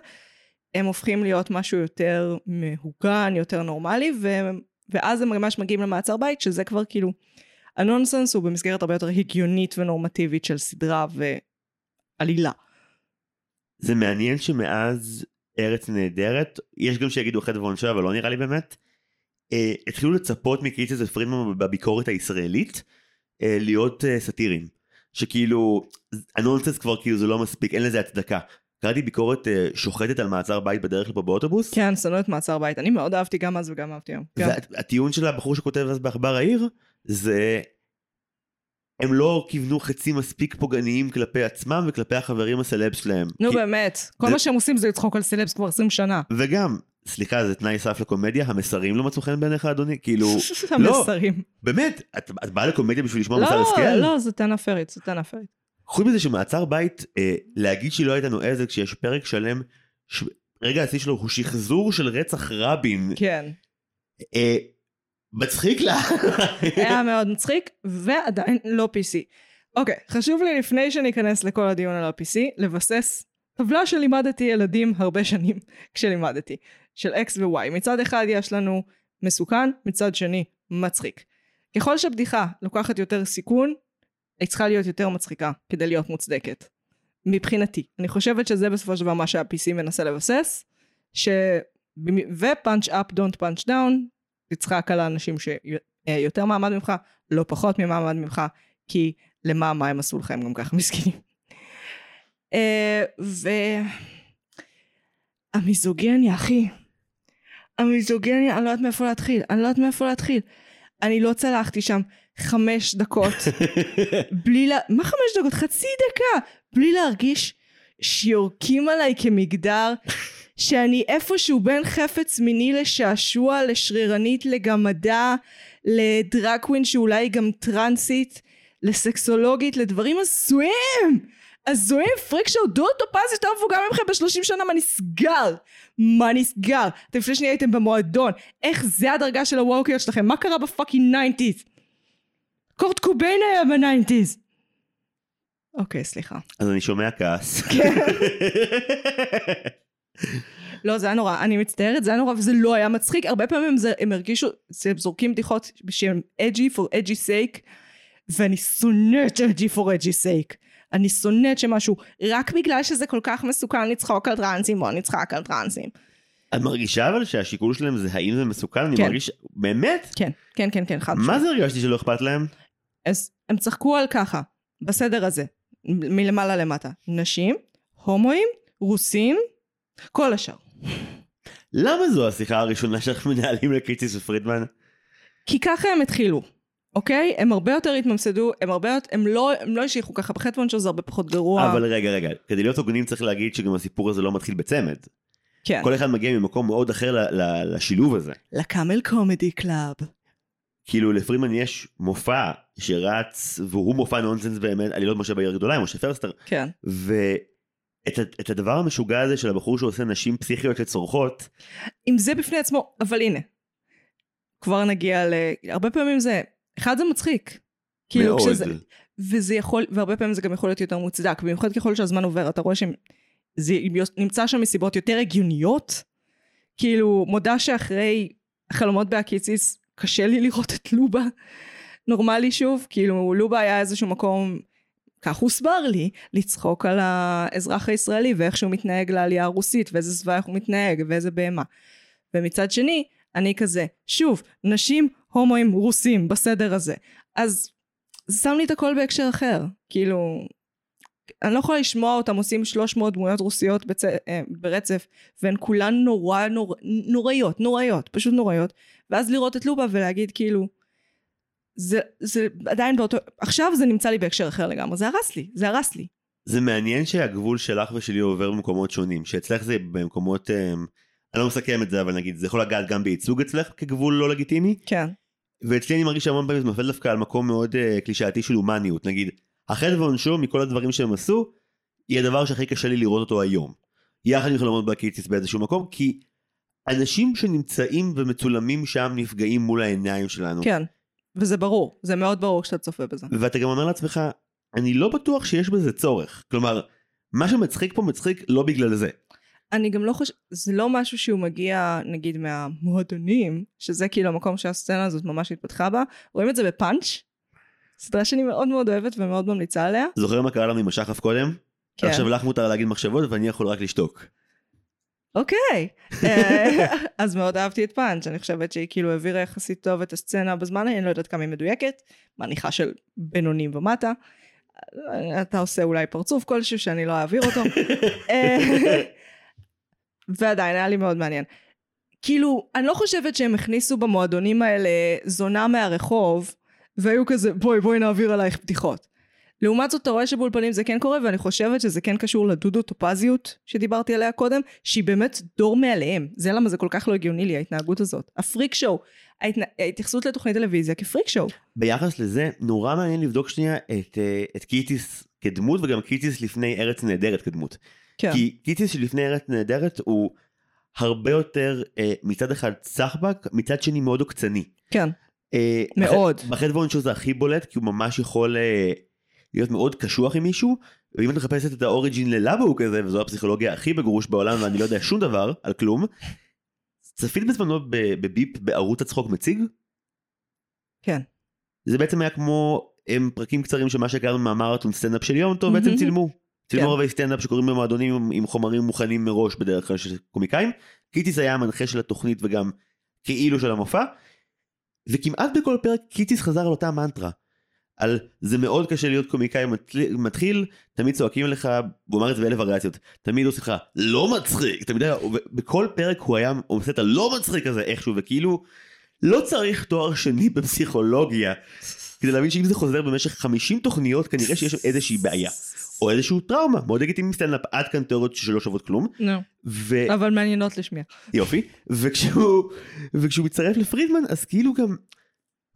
הם הופכים להיות משהו יותר מהוגן, יותר נורמלי, והם, ואז הם ממש מגיעים למעצר בית, שזה כבר כאילו, הנונסנס הוא במסגרת הרבה יותר הגיונית ונורמטיבית של סדרה ועלילה. זה מעניין שמאז ארץ נהדרת, יש גם שיגידו חטא ועונשו, אבל לא נראה לי באמת, אה, התחילו לצפות מקיציס ופרידמן בביקורת הישראלית אה, להיות אה, סאטירים. שכאילו, הנונסנס כבר כאילו זה לא מספיק, אין לזה הצדקה. קראתי ביקורת אה, שוחטת על מעצר בית בדרך לפה באוטובוס, כן, שנוא את מעצר בית, אני מאוד אהבתי גם אז וגם אהבתי היום. גם. והטיעון של הבחור שכותב אז בעכבר העיר זה הם לא כיוונו חצים מספיק פוגעניים כלפי עצמם וכלפי החברים הסלב שלהם. נו כי- באמת, כל זה- מה שהם עושים זה לצחוק על סלבס כבר 20 שנה. וגם, סליחה זה תנאי סף לקומדיה, המסרים לא מצאו חן בעיניך אדוני? כאילו, המסרים. באמת, את, את באה לקומדיה בשביל לשמוע מוסר לא, השכל? לא, זו טענה פרית, זו טענה פרית. חוץ מזה שמעצר בית, אה, להגיד שהיא לא הייתה נועזת כשיש פרק שלם, ש... רגע השיא שלו הוא שחזור של רצח רבין, כן. אה, מצחיק לה. היה מאוד מצחיק, ועדיין לא PC. אוקיי, חשוב לי לפני שניכנס לכל הדיון על ה-PC, לבסס טבלה שלימדתי ילדים הרבה שנים כשלימדתי, של X ו-Y. מצד אחד יש לנו מסוכן, מצד שני מצחיק. ככל שבדיחה לוקחת יותר סיכון, היא צריכה להיות יותר מצחיקה כדי להיות מוצדקת. מבחינתי. אני חושבת שזה בסופו של דבר מה שה-PC מנסה לבסס, ש... ו-punch up, don't punch down, תצחק על האנשים שיותר אה, מעמד ממך, לא פחות ממעמד ממך, כי למה מה הם עשו לך הם גם ככה מסכנים. אה, ו... המיזוגניה, אחי. המיזוגניה, אני לא יודעת מאיפה להתחיל, אני לא יודעת מאיפה להתחיל. אני לא צלחתי שם חמש דקות בלי לה... מה חמש דקות? חצי דקה! בלי להרגיש שיורקים עליי כמגדר, שאני איפשהו בין חפץ מיני לשעשוע, לשרירנית לגמדה, לדראקווין שאולי היא גם טרנסית, לסקסולוגית, לדברים הזויים! הזויים, פריק שהוא דודו טופז יותר מבוגר ממכם בשלושים שנה, מה נסגר? מה נסגר? אתם לפני שניה הייתם במועדון, איך זה הדרגה של הוואוקיות שלכם? מה קרה בפאקינג ניינטיז? קורט קוביין היה בניינטיז! אוקיי, סליחה. אז אני שומע כעס. כן. לא, זה היה נורא, אני מצטערת, זה היה נורא וזה לא היה מצחיק. הרבה פעמים הם, זה, הם הרגישו, זה- הם זורקים בדיחות שהם אג'י for אג'י sake, ואני שונאת אג'י for אג'י sake. אני שונאת שמשהו, רק בגלל שזה כל כך מסוכן לצחוק על טרנסים, בוא נצחק על טרנסים. את מרגישה אבל שהשיקול שלהם זה האם זה מסוכן? אני כן. מרגיש... באמת? כן, כן, כן, כן, חד מה זה הרגשתי שלא אכפת להם? אז הם צחקו על ככה, בסדר הזה, מ- מלמעלה למטה. נשים, הומואים, רוסים, כל השאר. למה זו השיחה הראשונה שאנחנו מנהלים לקיציס ופרידמן? כי ככה הם התחילו, אוקיי? הם הרבה יותר התממסדו, הם הרבה יותר, הם לא, הם לא השליכו ככה בחטפון שזה הרבה פחות גרוע. אבל רגע, רגע, כדי להיות הוגנים צריך להגיד שגם הסיפור הזה לא מתחיל בצמד. כן. כל... כל אחד מגיע ממקום מאוד אחר ל- ל- לשילוב הזה. לקאמל קומדי קלאב. כאילו לפרידמן יש מופע שרץ, והוא מופע נונסנס באמת, עלילות משה בעיר הגדולה עם משה פרסטר, כן. ואת ה- את הדבר המשוגע הזה של הבחור שעושה נשים פסיכיות שצורחות, אם זה בפני עצמו, אבל הנה. כבר נגיע ל... הרבה פעמים זה... אחד זה מצחיק. כאילו מאוד. כשזה... וזה יכול, והרבה פעמים זה גם יכול להיות יותר מוצדק, במיוחד ככל שהזמן עובר, אתה רואה שזה נמצא שם מסיבות יותר הגיוניות. כאילו, מודה שאחרי חלומות בהקיציס, קשה לי לראות את לובה נורמלי שוב, כאילו, לובה היה איזשהו מקום, כך הוסבר לי, לצחוק על האזרח הישראלי ואיך שהוא מתנהג לעלייה הרוסית, ואיזה זוועה הוא מתנהג, ואיזה בהמה. ומצד שני, אני כזה, שוב, נשים, הומואים, רוסים, בסדר הזה. אז זה שם לי את הכל בהקשר אחר. כאילו, אני לא יכולה לשמוע אותם עושים 300 דמויות רוסיות בצ... אה, ברצף, והן כולן נורא נור... נוראיות, נוראיות, פשוט נוראיות, ואז לראות את לובה ולהגיד כאילו, זה, זה עדיין באותו, עכשיו זה נמצא לי בהקשר אחר לגמרי, זה הרס לי, זה הרס לי. זה מעניין שהגבול שלך ושלי עובר במקומות שונים, שאצלך זה במקומות, אמ, אני לא מסכם את זה, אבל נגיד, זה יכול לגעת גם בייצוג אצלך כגבול לא לגיטימי, כן. ואצלי אני מרגיש שהמון פעמים זה נופל דווקא על מקום מאוד uh, קלישאתי של הומניות, נגיד, החטא ועונשו מכל הדברים שהם עשו, היא הדבר שהכי קשה לי לראות אותו היום. יחד עם חלומות בקיציס באיזשהו מקום, כי אנשים שנמצאים ומצולמים שם נפגעים מול העיניים שלנו. כן. וזה ברור, זה מאוד ברור כשאתה צופה בזה. ואתה גם אומר לעצמך, אני לא בטוח שיש בזה צורך. כלומר, מה שמצחיק פה מצחיק לא בגלל זה. אני גם לא חושבת, זה לא משהו שהוא מגיע נגיד מהמועדונים, שזה כאילו המקום שהסצנה הזאת ממש התפתחה בה, רואים את זה בפאנץ', סדרה שאני מאוד מאוד אוהבת ומאוד ממליצה עליה. זוכר מה קרה לנו עם השחף קודם? כן. עכשיו לך מותר להגיד מחשבות ואני יכול רק לשתוק. אוקיי. אה, אז מאוד אהבתי את פאנץ', אני חושבת שהיא כאילו העבירה יחסית טוב את הסצנה בזמן, אני לא יודעת כמה היא מדויקת, מניחה של בינוני ומטה. אה, אתה עושה אולי פרצוף כלשהו שאני לא אעביר אותו. אה, ועדיין היה לי מאוד מעניין. כאילו, אני לא חושבת שהם הכניסו במועדונים האלה זונה מהרחוב, והיו כזה, בואי, בואי נעביר עלייך בדיחות. לעומת זאת, אתה רואה שבאולפנים זה כן קורה, ואני חושבת שזה כן קשור לדודו טופזיות שדיברתי עליה קודם, שהיא באמת דור מעליהם. זה למה זה כל כך לא הגיוני לי, ההתנהגות הזאת. הפריק שואו, ההתנה... ההתייחסות לתוכנית טלוויזיה כפריק שואו. ביחס לזה, נורא מעניין לבדוק שנייה את, אה, את קיטיס כדמות, וגם קיטיס לפני ארץ נהדרת כדמות. כן. כי קיטיס שלפני ארץ נהדרת הוא הרבה יותר אה, מצד אחד סחבק, מצד שני מאוד עוקצני. כן. אה, מאוד. בח- בחטא ועונשו זה הכי בולט, כי הוא ממש יכול אה, להיות מאוד קשוח עם מישהו, ואם את מחפשת את האוריג'ין ללמה הוא כזה, וזו הפסיכולוגיה הכי בגרוש בעולם, ואני לא יודע שום דבר על כלום, צפית בזמנו ב- בביפ בערוץ הצחוק מציג? כן. זה בעצם היה כמו הם פרקים קצרים של מה שקראנו מהמרתון סטנדאפ של יום טוב, בעצם מהמם. צילמו. צילמו כן. הרבה סטנדאפ שקוראים במועדונים עם- עם חומרים מוכנים מראש בדרך כלל של קומיקאים. קיטיס היה המנחה של התוכנית וגם כאילו של המופע. וכמעט בכל פרק קיטיס חזר על אותה מנטרה. על זה מאוד קשה להיות קומיקאי מתל- מתחיל, תמיד צועקים לך, הוא אמר את זה באלף וריאציות, תמיד עושים לך לא מצחיק, תמיד היה, ו- בכל פרק הוא היה עושה את הלא מצחיק הזה איכשהו, וכאילו לא צריך תואר שני בפסיכולוגיה כדי להבין שאם זה חוזר במשך 50 תוכניות כנראה שיש שם איזושהי בעיה, או איזשהו טראומה, מאוד לגיטימי סטנדאפ, עד כאן תיאוריות שלא שוות כלום, נו. ו... אבל מעניינות לשמיע. יופי, וכשהוא, וכשהוא מצטרף לפרידמן אז כאילו גם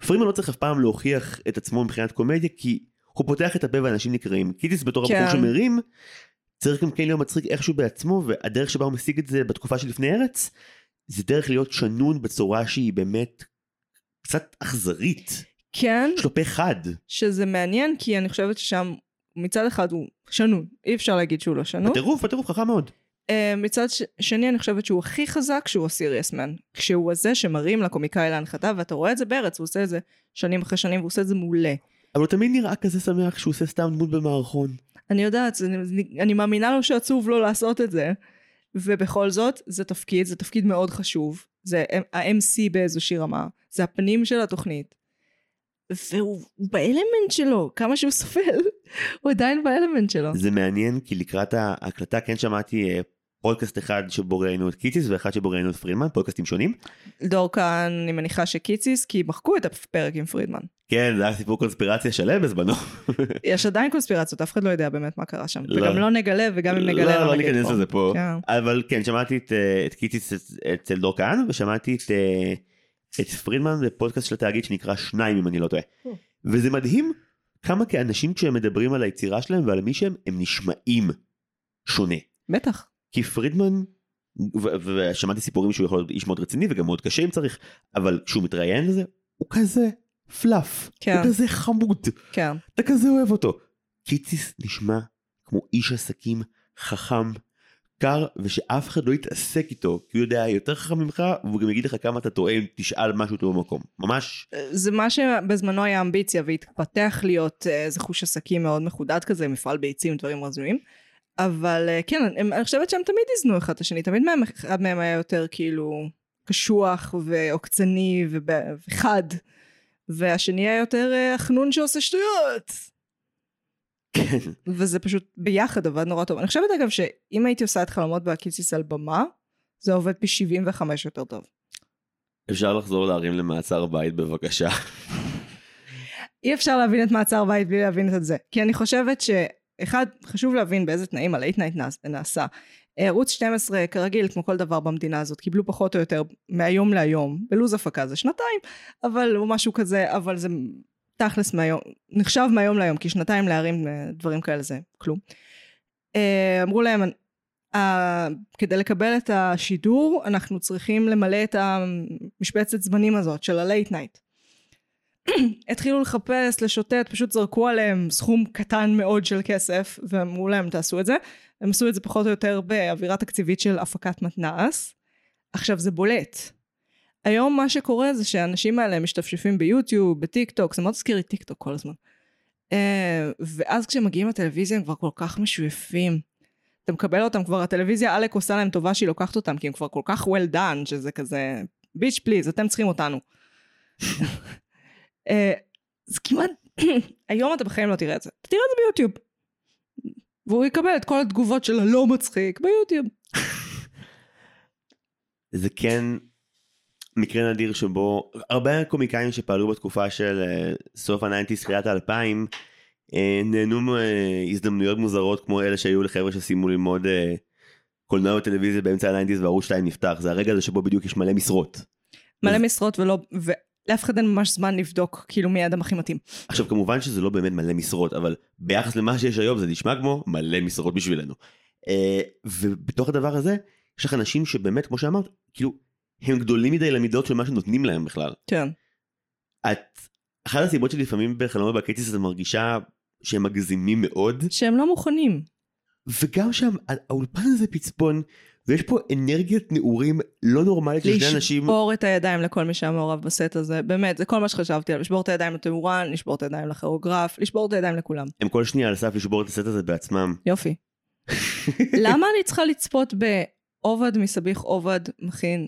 פרימן לא צריך אף פעם להוכיח את עצמו מבחינת קומדיה, כי הוא פותח את הפה ואנשים נקראים. קיטיס בתור כן. הבחור שמרים, צריך גם כן להיות מצחיק איכשהו בעצמו, והדרך שבה הוא משיג את זה בתקופה שלפני ארץ, זה דרך להיות שנון בצורה שהיא באמת קצת אכזרית. כן, יש לו פה חד. שזה מעניין, כי אני חושבת ששם מצד אחד הוא שנון, אי אפשר להגיד שהוא לא שנון. בטירוף, בטירוף חכם מאוד. אה, מצד ש- שני, אני חושבת שהוא הכי חזק שהוא הסיריוס מן. כשהוא הזה שמרים לקומיקאי להנחתה, ואתה רואה את זה בארץ, הוא עושה את זה שנים אחרי שנים, והוא עושה את זה מעולה. אבל הוא תמיד נראה כזה שמח שהוא עושה סתם דמות במערכון. אני יודעת, זה- אני, אני מאמינה לו שעצוב לא לעשות את זה. ובכל זאת, זה תפקיד, זה תפקיד מאוד חשוב. זה ה- ה-MC באיזושהי רמה. זה הפנים של התוכנית. והוא הוא באלמנט שלו, כמה שהוא סופל, הוא עדיין באלמנט שלו. זה מעניין כי לקראת ההקלטה כן שמעתי אה, פודקאסט אחד שבו ראיינו את קיטיס ואחד שבו ראיינו את פרידמן, פודקאסטים שונים. דור כאן, אני מניחה שקיציס, כי מחקו את הפרק עם פרידמן. כן, זה היה סיפור קונספירציה שלם בזמנו. יש עדיין קונספירציות, אף אחד לא יודע באמת מה קרה שם. לא. וגם לא נגלה, וגם אם נגלה, לא, לא נגיד ניכנס פה. לזה פה. כן. אבל כן, שמעתי את, אה, את קיטיס אצ- אצל דור כהן ושמעתי את, אה, את פרידמן בפודקאסט של התאגיד שנקרא שניים אם אני לא טועה. Hmm. וזה מדהים כמה כאנשים כשהם מדברים על היצירה שלהם ועל מי שהם, הם נשמעים שונה. בטח. כי פרידמן, ו- ושמעתי סיפורים שהוא יכול להיות איש מאוד רציני וגם מאוד קשה אם צריך, אבל כשהוא מתראיין לזה, הוא כזה פלאף, כן. הוא כזה חמוד, כן. אתה כזה אוהב אותו. קיציס נשמע כמו איש עסקים חכם, קר, ושאף אחד לא יתעסק איתו, כי הוא יודע יותר חכם ממך, והוא גם יגיד לך כמה אתה טועה אם תשאל משהו טוב במקום. ממש, זה מה שבזמנו היה אמביציה והתפתח להיות אה, איזה חוש עסקים מאוד מחודד כזה, מפעל ביצים, דברים רזויים. אבל אה, כן, הם, אני חושבת שהם תמיד איזנו אחד את השני, תמיד מהם, אחד מהם היה יותר כאילו קשוח ועוקצני וב- וחד, והשני היה יותר אה, החנון שעושה שטויות. כן, וזה פשוט ביחד עבד נורא טוב. אני חושבת אגב שאם הייתי עושה את חלומות בהקיציס על במה, זה עובד פי 75 יותר טוב. אפשר לחזור להרים למעצר בית בבקשה. אי אפשר להבין את מעצר בית בלי להבין את זה. כי אני חושבת שאחד, חשוב להבין באיזה תנאים הלייט נייט נעשה. ערוץ 12 כרגיל כמו כל דבר במדינה הזאת קיבלו פחות או יותר מהיום להיום בלו"ז הפקה זה שנתיים אבל או משהו כזה אבל זה תכלס מהיום נחשב מהיום להיום כי שנתיים להרים אה, דברים כאלה זה כלום. אה, אמרו להם אה, כדי לקבל את השידור אנחנו צריכים למלא את המשבצת זמנים הזאת של הלייט נייט. התחילו לחפש, לשוטט, פשוט זרקו עליהם סכום קטן מאוד של כסף, ואמרו להם תעשו את זה. הם עשו את זה פחות או יותר באווירה תקציבית של הפקת מתנ"ס. עכשיו זה בולט. היום מה שקורה זה שהאנשים האלה משתפשפים ביוטיוב, בטיק טוק, זה מאוד הזכיר לי טיק טוק כל הזמן. אה, ואז כשהם מגיעים לטלוויזיה הם כבר כל כך משויפים. אתה מקבל אותם כבר, הטלוויזיה עלק עושה להם טובה שהיא לוקחת אותם, כי הם כבר כל כך well done, שזה כזה, ביץ' פליז, אתם צריכים אותנו. אה, זה כמעט, היום אתה בחיים לא תראה את זה. אתה תראה את זה ביוטיוב. והוא יקבל את כל התגובות של הלא מצחיק ביוטיוב. זה כן מקרה נדיר שבו הרבה קומיקאים שפעלו בתקופה של אה, סוף הניינטיז, תחילת האלפיים, אה, נהנו מהזדמנויות מוזרות כמו אלה שהיו לחבר'ה שסיימו ללמוד אה, קולנוע וטלוויזיה באמצע הניינטיז וערוץ 2 נפתח, זה הרגע הזה שבו בדיוק יש מלא משרות. מלא אז- משרות ולא, ולאף אחד אין ממש זמן לבדוק כאילו מי האדם הכי מתאים. עכשיו כמובן שזה לא באמת מלא משרות, אבל ביחס למה שיש היום זה נשמע כמו מלא משרות בשבילנו. אה, ובתוך הדבר הזה, יש לך אנשים שבאמת, כמו שאמרת, כאילו, הם גדולים מדי למידות של מה שנותנים להם בכלל. כן. את, אחת הסיבות שלפעמים בחלומות בקטיס את מרגישה שהם מגזימים מאוד, שהם לא מוכנים. וגם שם הא- האולפן הזה פצפון, ויש פה אנרגיית נעורים לא נורמלית של שני אנשים, לשבור את הידיים לכל מי שהיה מעורב בסט הזה, באמת, זה כל מה שחשבתי עליו, לשבור את הידיים לתאורן, לשבור את הידיים לכירוגרף, לשבור את הידיים לכולם. הם כל שנייה על הסף לשבור את הסט הזה בעצמם. יופי. למה אני צריכה לצפות בעובד מסביח עובד מכין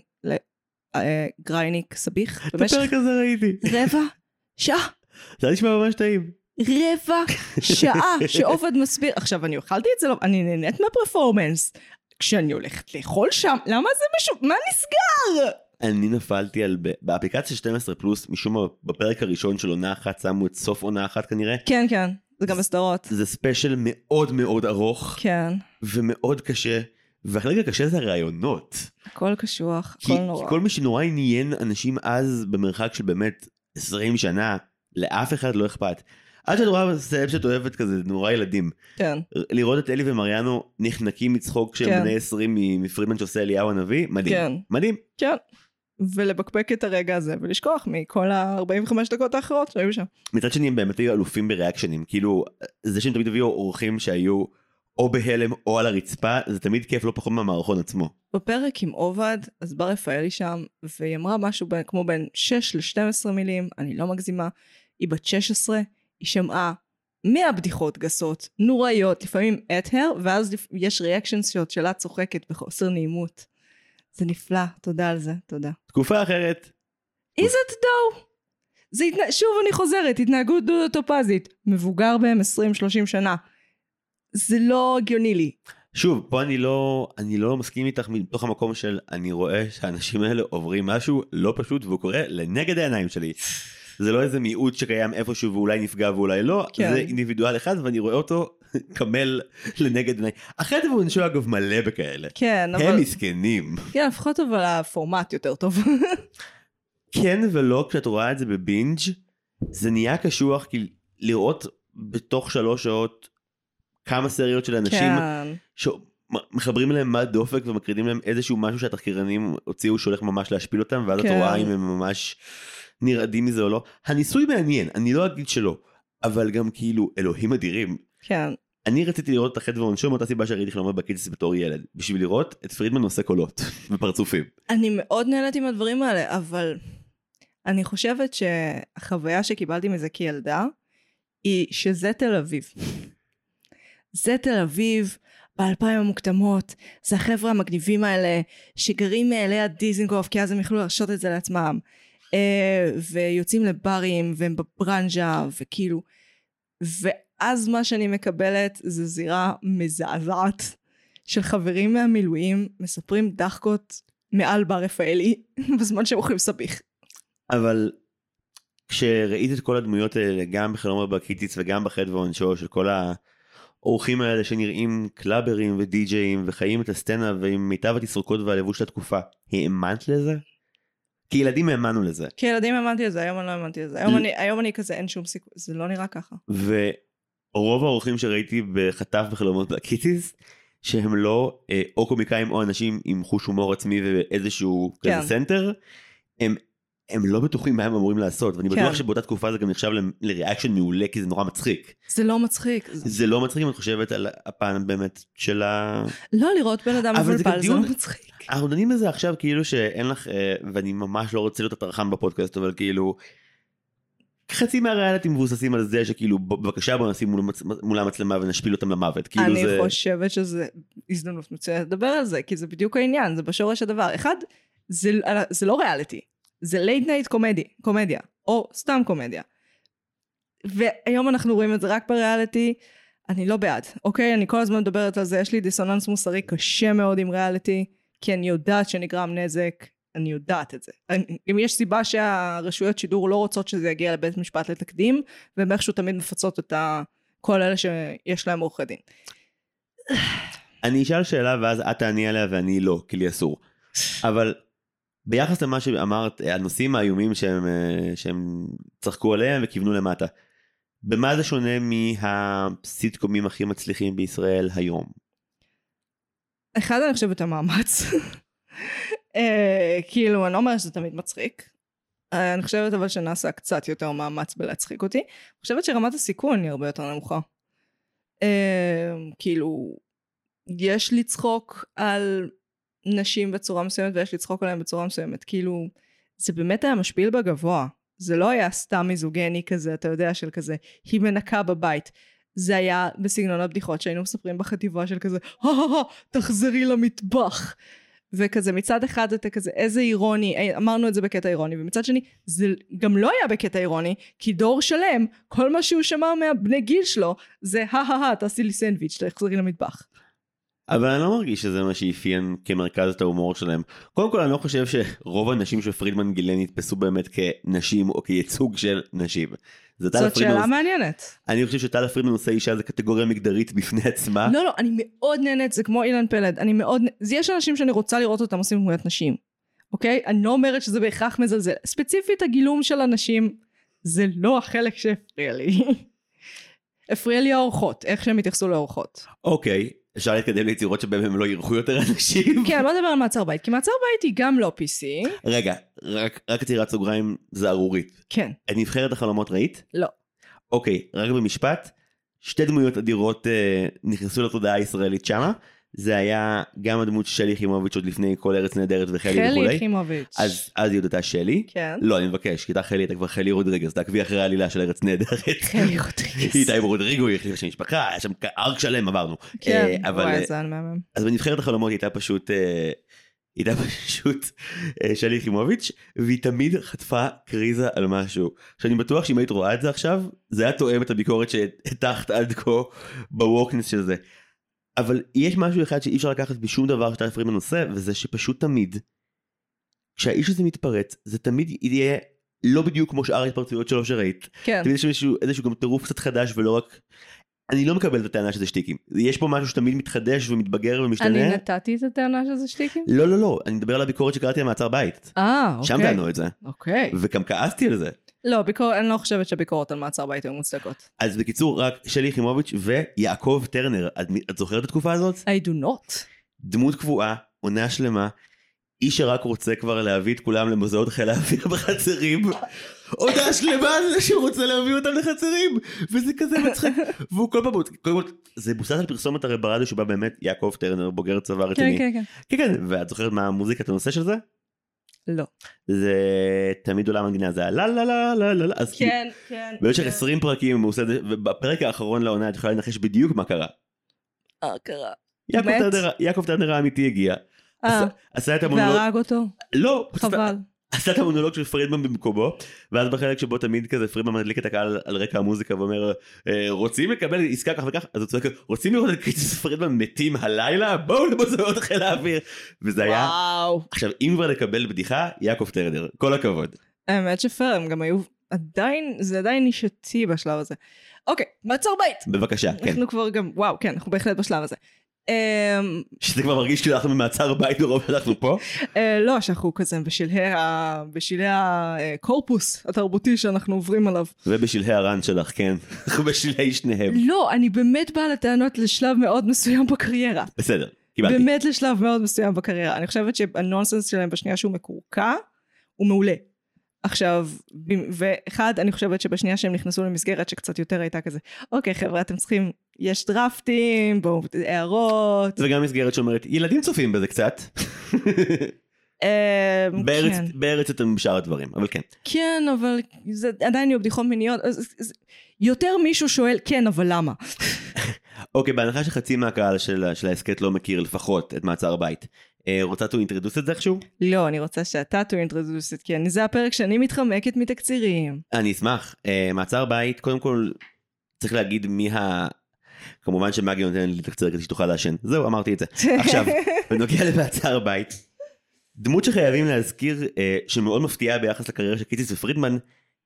לגרייניק סביח את במשך הפרק הזה ראיתי, רבע שעה, זה היה נשמע ממש טעים. רבע שעה שעובד מסביר. עכשיו, אני אכלתי את זה, לא, אני נהנית מהפרפורמנס. כשאני הולכת לאכול שם, למה זה משהו, מה נסגר? אני נפלתי על, ב- באפליקציה 12 פלוס, משום מה בפרק הראשון של עונה אחת שמו את סוף עונה אחת כנראה. כן, כן, זה גם בסדרות. זה ספיישל מאוד מאוד ארוך כן, ומאוד קשה, והחלק הקשה זה הראיונות. הכל קשוח, כי, הכל כי נורא. כל מי שנורא עניין אנשים אז במרחק של באמת 20 שנה, לאף אחד לא אכפת. עד שאת רואה סלב שאת אוהבת כזה, נורא ילדים. כן. לראות את אלי ומריאנו נחנקים מצחוק כשהם כן. בני 20 מ- מפרידמן שעושה אליהו הנביא, מדהים. כן. מדהים. כן. ולבקבק את הרגע הזה, ולשכוח מכל ה-45 דקות האחרות שהיו שם. מצד שני הם באמת היו אלופים בריאקשנים, כאילו זה שהם תמיד הביאו אורחים שהיו או בהלם או על הרצפה, זה תמיד כיף לא פחות מהמערכון עצמו. בפרק עם עובד, אז בר רפאלי שם, והיא אמרה משהו בין, כמו בין 6 ל-12 מילים, אני לא מגזימה. היא בת 16, היא שמעה 100 בדיחות גסות, נוראיות, לפעמים את הר, ואז לפ- יש ריאקשן שוט שלה צוחקת בחוסר נעימות. זה נפלא, תודה על זה, תודה. תקופה אחרת, Is it though? זה התנה... שוב אני חוזרת, התנהגות דודו טופזית. מבוגר בהם 20-30 שנה. זה לא הגיוני לי. שוב, פה אני לא, אני לא מסכים איתך מתוך המקום של אני רואה שהאנשים האלה עוברים משהו לא פשוט והוא קורה לנגד העיניים שלי. זה לא איזה מיעוט שקיים איפשהו ואולי נפגע ואולי לא, כן. זה אינדיבידואל אחד ואני רואה אותו קמל לנגד עיניי. אחרי זה הוא אגב מלא בכאלה. כן, אבל... הם מסכנים. כן, לפחות אבל הפורמט יותר טוב. כן ולא כשאת רואה את זה בבינג' זה נהיה קשוח כי לראות בתוך שלוש שעות כמה סריות של אנשים כן. שמחברים להם מה דופק ומקרינים להם איזשהו משהו שהתחקירנים הוציאו שהולך ממש להשפיל אותם ואז כן. את רואה אם הם ממש נרעדים מזה או לא. הניסוי מעניין אני לא אגיד שלא אבל גם כאילו אלוהים אדירים. כן. אני רציתי לראות את החטא ועונשו מאותה סיבה שראיתי חלומות בקידס בתור ילד בשביל לראות את פרידמן עושה קולות ופרצופים. אני מאוד נהנית עם הדברים האלה, אבל אני חושבת שהחוויה שקיבלתי מזה כילדה, היא שזה תל אביב. זה תל אביב, באלפיים המוקדמות, זה החבר'ה המגניבים האלה, שגרים אה, ליד דיזנגוף, כי אז הם יכלו להרשות את זה לעצמם. אה, ויוצאים לברים, והם בברנז'ה, וכאילו... ואז מה שאני מקבלת זה זירה מזעזעת של חברים מהמילואים מספרים דחקות מעל בר רפאלי בזמן שהם אוכלים סביח. אבל כשראית את כל הדמויות האלה, גם בחלומות בקיציס וגם בחטא ועונשו, של כל האורחים האלה שנראים קלאברים ודי-ג'אים וחיים את הסצנה ועם מיטב התסרוקות והלבוש של התקופה, האמנת לזה? כי ילדים האמנו לזה, כילדים האמנתי לזה, היום אני לא האמנתי לזה. היום, אני, היום אני כזה, אין שום סיכוי, זה לא נראה ככה. ורוב האורחים שראיתי בחטף בחלומות בקיציס, שהם לא אה, או קומיקאים או אנשים עם חוש הומור עצמי ואיזשהו כן. כזה סנטר, הם, הם לא בטוחים מה הם אמורים לעשות, ואני כן. בטוח שבאותה תקופה זה גם נחשב ל- לריאקשן מעולה כי זה נורא מצחיק. זה לא מצחיק. זה... זה לא מצחיק אם את חושבת על הפן באמת של ה... לא לראות בן אדם אבל זה מבולבל, זה דיון- לא מצחיק. אנחנו דנים בזה עכשיו כאילו שאין לך, אה, ואני ממש לא רוצה להיות הטרחן בפודקאסט, אבל כאילו... חצי מהריאליטים מבוססים על זה שכאילו ב- בבקשה בוא נשים מול מצ- מול המצלמה ונשפיל אותם למוות. כאילו אני זה... חושבת שזה הזדמנות מצוינת לדבר על זה, כי זה בדיוק העניין, זה בשורש הדבר. אחד, זה, זה לא ריאליטי, זה לייט נייט קומדי, קומדיה, או סתם קומדיה. והיום אנחנו רואים את זה רק בריאליטי, אני לא בעד, אוקיי? אני כל הזמן מדברת על זה, יש לי דיסוננס מוסרי קשה מאוד עם ריאליטי, כי אני יודעת שנגרם נזק, אני יודעת את זה. אני, אם יש סיבה שהרשויות שידור לא רוצות שזה יגיע לבית משפט לתקדים, והן איכשהו תמיד מפצות את ה... כל אלה שיש להם עורכי דין. אני אשאל שאלה ואז את תעני עליה ואני לא, כי לי אסור. אבל ביחס למה שאמרת, אה, הנושאים האיומים שהם, אה, שהם צחקו עליהם וכיוונו למטה, במה זה שונה מהסיטקומים הכי מצליחים בישראל היום? אחד, אני חושבת המאמץ. אה, כאילו, אני לא אומרת שזה תמיד מצחיק. אה, אני חושבת אבל שנעשה קצת יותר מאמץ בלהצחיק אותי. אני חושבת שרמת הסיכון היא הרבה יותר נמוכה. אה, כאילו, יש לצחוק על נשים בצורה מסוימת ויש לצחוק עליהן בצורה מסוימת. כאילו, זה באמת היה משפיל בגבוה. זה לא היה סתם מיזוגני כזה, אתה יודע, של כזה, היא מנקה בבית. זה היה בסגנון הבדיחות שהיינו מספרים בחטיבה של כזה, "הא-הא-הא, תחזרי למטבח. וכזה מצד אחד אתה כזה איזה אירוני, אה, אמרנו את זה בקטע אירוני, ומצד שני זה גם לא היה בקטע אירוני, כי דור שלם, כל מה שהוא שמע מהבני גיל שלו זה הא-הא-הא, תעשי לי סנדוויץ', תחזרי למטבח. אבל אני לא מרגיש שזה מה שאפיין כמרכז את ההומור שלהם. קודם כל אני לא חושב שרוב הנשים שפרידמן גילן נתפסו באמת כנשים או כייצוג של נשים. זה טל זאת שאלה פרידמן, מעניינת. אני חושב שטל פרידמן עושה אישה זה קטגוריה מגדרית בפני עצמה. לא, לא, אני מאוד נהנית, זה כמו אילן פלד, אני מאוד, זה יש אנשים שאני רוצה לראות אותם עושים דמויות נשים, אוקיי? אני לא אומרת שזה בהכרח מזלזל. ספציפית הגילום של הנשים זה לא החלק שהפריע לי. הפריע לי האורחות, איך שהם התייחסו לאורחות. אוקיי, אפשר להתקדם ליצירות שבהם הם לא אירחו יותר אנשים? כן, בוא נדבר על מעצר בית, כי מעצר בית היא גם לא PC. רגע, רק רק עצירת סוגריים זערורית. כן. את נבחרת החלומות ראית? לא. אוקיי, רק במשפט, שתי דמויות אדירות אה, נכנסו לתודעה הישראלית שמה. זה היה גם הדמות של שלי יחימוביץ' עוד לפני כל ארץ נהדרת וחלי חלי וכולי. יחימוביץ'. אז אז היא עוד הייתה שלי. כן. לא, אני מבקש, כי הייתה חלי הייתה כבר חלי רודריגז, תעקבי אחרי העלילה של ארץ נהדרת. חלי היא רוטריגס. הייתה עם רודריגו, היא החליפה שם משפחה, היה שם ארק שלם עברנו. כן, אה, אבל, וואי, אה, זה היה מהמם. אז בנבחרת החלומות היא הייתה פשוט, אה, היא הייתה פשוט אה, שלי יחימוביץ', והיא תמיד חטפה קריזה על משהו. שאני בטוח שאם היית רואה את זה עכשיו, זה היה תואם את הביקורת שהטחת עד כה בווקנס של זה. אבל יש משהו אחד שאי אפשר לקחת בשום דבר שאתה מפריד בנושא, וזה שפשוט תמיד, כשהאיש הזה מתפרץ, זה תמיד יהיה לא בדיוק כמו שאר ההתפרצויות שלו שראית. כן. תמיד יש מישהו, איזשהו גם טירוף קצת חדש ולא רק... אני לא מקבל את הטענה שזה שטיקים. יש פה משהו שתמיד מתחדש ומתבגר אני ומשתנה. נתתי את הטענה שזה שטיקים? לא, לא, לא, אני מדבר על הביקורת שקראתי על מעצר בית. אה, אוקיי. שם טענו את זה, אוקיי. וגם כעסתי על זה. לא, ביקור- אני לא חושבת שהביקורות על מעצר בית היו מוצדקות. אז בקיצור, רק שלי יחימוביץ' ויעקב טרנר, את, את זוכרת את התקופה הזאת? I do not. דמות קבועה, עונה שלמה, איש שרק רוצה כבר להביא את כולם למוזיאות חיל האוויר בחצרים. עונה שלמה על זה שהוא רוצה להביא אותם לחצרים, וזה כזה מצחיק. והוא כל פעם, קודם כל, זה בוסס על פרסומת הרי ברדיו שבה באמת יעקב טרנר, בוגר צבא כן, רציני. כן, כן, כן. כן, ואת זוכרת מה המוזיקת הנושא של זה? לא. זה תמיד עולם המדינה, זה הלה לה לה לה לה לה, אז כאילו, כן. במשך 20 פרקים הוא עושה את זה, ובפרק האחרון לעונה את יכולה לנחש בדיוק מה קרה. אה, קרה. יעקב באמת? טרנר- יעקב טרנר האמיתי הגיע. אה, עשה- עשה את המונולוג, והרג אותו? לא, פשוט חבל. עשה את המונולוג של פרידמן במקומו, ואז בחלק שבו תמיד כזה פרידמן מדליק את הקהל על רקע המוזיקה ואומר, "אה, רוצים לקבל עסקה כך וכך? אז הוא צועק, רוצים לראות את קריטיס פרידמן מתים הלילה? בואו למוזיאות חיל האוויר. וזה היה, וואו. עכשיו אם כבר לקבל בדיחה, יעקב טרנר, כל הכבוד. האמת שפייר, הם גם היו עדיין, זה עדיין נישתי בשלב הזה. אוקיי, מעצר בית. בבקשה, כן. אנחנו כבר גם, וואו, כן, אנחנו בהחלט בשלב הזה. אמ, שזה כבר מרגיש כאילו אנחנו במעצר בית מרוב שאנחנו פה. אה, לא, שאנחנו כזה בשלהי ה- בשלהי הקורפוס התרבותי שאנחנו עוברים עליו. כן. ובשלהי הרן שלך, כן. אנחנו בשלהי שניהם. לא, אני באמת באה לטענות לשלב מאוד מסוים בקריירה. בסדר, קיבלתי. באמת לשלב מאוד מסוים בקריירה. אני חושבת שהנונסנס שלהם בשנייה שהוא מקורקע, הוא מעולה. עכשיו, במ- ואחד, אני חושבת שבשנייה שהם נכנסו למסגרת שקצת יותר הייתה כזה, אוקיי חבר'ה, אתם צריכים, יש דרפטים, בואו, הערות. וגם מסגרת שאומרת, ילדים צופים בזה קצת. אה, בארץ- כן. בארץ אתם שאר הדברים, אבל כן. כן, אבל זה עדיין יהיו בדיחות מיניות. אז- אז- אז- יותר מישהו שואל, כן, אבל למה? אוקיי, בהנחה שחצי מהקהל של, ה- של ההסכת לא מכיר לפחות את מעצר בית, אה, רוצה to introduce את זה איכשהו? לא, אני רוצה שאתה תו אינטרדוסט, כי אני- זה הפרק שאני מתחמקת מתקצירים. אני אשמח. אה, מעצר בית, קודם כל, צריך להגיד מי ה... כמובן שמגי נותן לי לתקצר כדי שתוכל לעשן. זהו, אמרתי את זה. עכשיו, בנוגע למעצר בית, דמות שחייבים להזכיר, אה, שמאוד מפתיעה ביחס לקריירה של קיציס ופרידמן,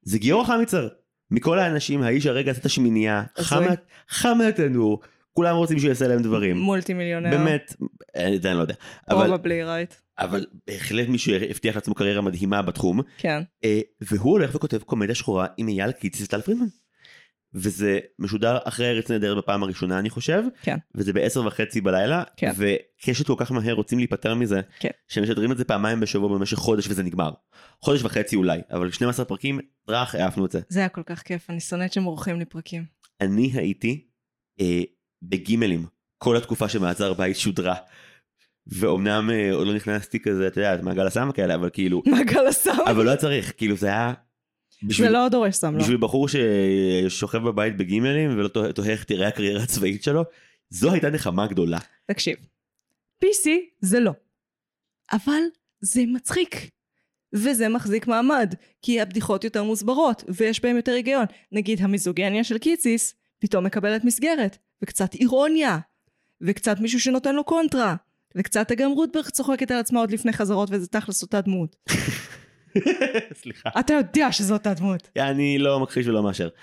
זה גיורא חמיצר. מכל האנשים, האיש הרגע עשה את השמינייה, הזוי. חם מה- חם מהתנור, כולם רוצים שהוא יעשה להם דברים. מולטי מיליונר. באמת, אני עדיין לא יודע. אבל- פרובלי רייט. אבל בהחלט מישהו הבטיח לעצמו קריירה מדהימה בתחום, כן. אה, והוא הולך וכותב קומדיה שחורה עם אייל קיציס וטל פרידמן. וזה משודר אחרי ארץ נהדרת בפעם הראשונה אני חושב, כן. וזה בעשר וחצי בלילה, כן. וקשת כל כך מהר רוצים להיפטר מזה, כן. שמשדרים את זה פעמיים בשבוע במשך חודש וזה נגמר. חודש וחצי אולי, אבל 12 פרקים, טראח, העפנו את זה. זה היה כל כך כיף, אני שונאת שהם עורכים לי פרקים. אני הייתי אה, בגימלים כל התקופה שמעצר בית שודרה. ואומנם אה, עוד לא נכנסתי כזה, את יודעת, מעגל הסם כאלה, אבל כאילו, מעגל הסם. אבל לא היה צריך, כאילו זה היה... זה בשביל, לא דורש סם, לא. בשביל בחור ששוכב בבית בגימלים ולא תוה- תוהה איך תראה הקריירה הצבאית שלו, זו הייתה נחמה גדולה. תקשיב. PC זה לא. אבל זה מצחיק. וזה מחזיק מעמד, כי הבדיחות יותר מוסברות, ויש בהן יותר היגיון. נגיד המיזוגניה של קיציס, פתאום מקבלת מסגרת, וקצת אירוניה, וקצת מישהו שנותן לו קונטרה, וקצת גם רוטברג צוחקת על עצמה עוד לפני חזרות, וזה תכלס אותה דמות. סליחה. אתה יודע שזו אותה דמות. אני לא מכחיש ולא מאשר.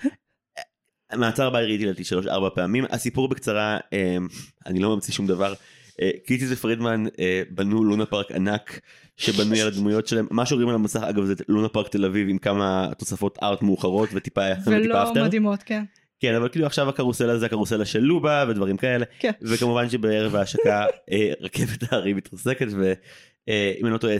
מעצר בית ראיתי לדעתי שלוש ארבע פעמים. הסיפור בקצרה, אמ, אני לא ממציא שום דבר. אה, קיציס ופרידמן אה, בנו לונה פארק ענק שבנוי על הדמויות שלהם. מה שרואים על המסך אגב זה לונה פארק תל אביב עם כמה תוספות ארט מאוחרות וטיפה וטיפה ולא אפטר. מדהימות, כן. כן אבל כאילו עכשיו הקרוסלה זה הקרוסלה של לובה ודברים כאלה. כן. וכמובן שבערב ההשקה אה, רכבת ההרים מתרסקת ואם אני לא טועה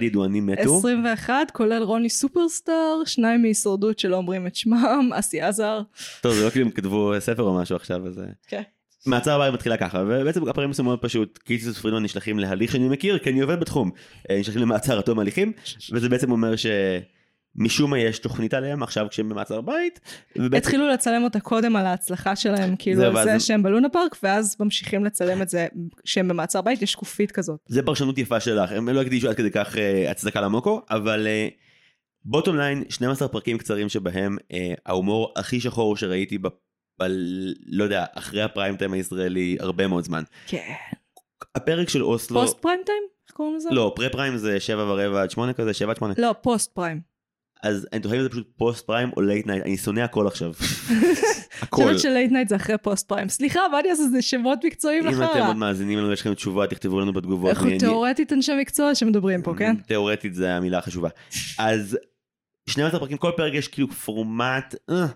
20-21 ידוענים מתו. 21, כולל רוני סופרסטאר, שניים מהישרדות שלא אומרים את שמם, אסי עזר. טוב זה לא כאילו הם כתבו ספר או משהו עכשיו אז... אה. כן. מעצר הבית מתחילה ככה ובעצם הפרמיס הוא מאוד פשוט קיציס ופרידמן נשלחים להליך שאני מכיר כי אני עובד בתחום אה, נשלחים למעצר עד תום הליכים וזה בעצם אומר שמשום מה יש תוכנית עליהם עכשיו כשהם במעצר בית. ובעצם התחילו לצלם אותה קודם על ההצלחה שלהם, כאילו זהו, על זה ואז- שהם בלונה פארק, ואז ממשיכים לצלם את זה כשהם במעצר בית, יש שקופית כזאת. זה פרשנות יפה שלך הם לא הקדישו עד כדי כך אה, הצדקה למוקו אבל אה, בוטום ליין 12 פרקים קצרים שבהם אה, ההומור הכי שחור שראיתי ב... ב... לא יודע אחרי הפריים טיים הישראלי הרבה מאוד זמן. כן. הפרק של אוסלו. פוסט פריים טיים? איך קוראים לזה? לא, פרה פריים זה שבע ורבע עד שמונה כזה, שבע עד שמונה. לא, פוסט פריים. אז אני טוען אם זה פשוט פוסט פריים או לייט נייט, אני שונא הכל עכשיו. אני הכל. חושבת שלייט נייט זה אחרי פוסט פריים. סליחה, מה אני אעשה? זה שמות מקצועיים אם אתם לחרא. עוד מאזינים לנו, יש לכם תשובה, תכתבו לנו בתגובות. אנחנו אני- Mm. אני- תיאורטית אנשי מקצוע שמדברים פה, כן? תיאורטית זה המילה החשובה. אז 12 פרקים, כל פרק יש כאילו פורמט, אה,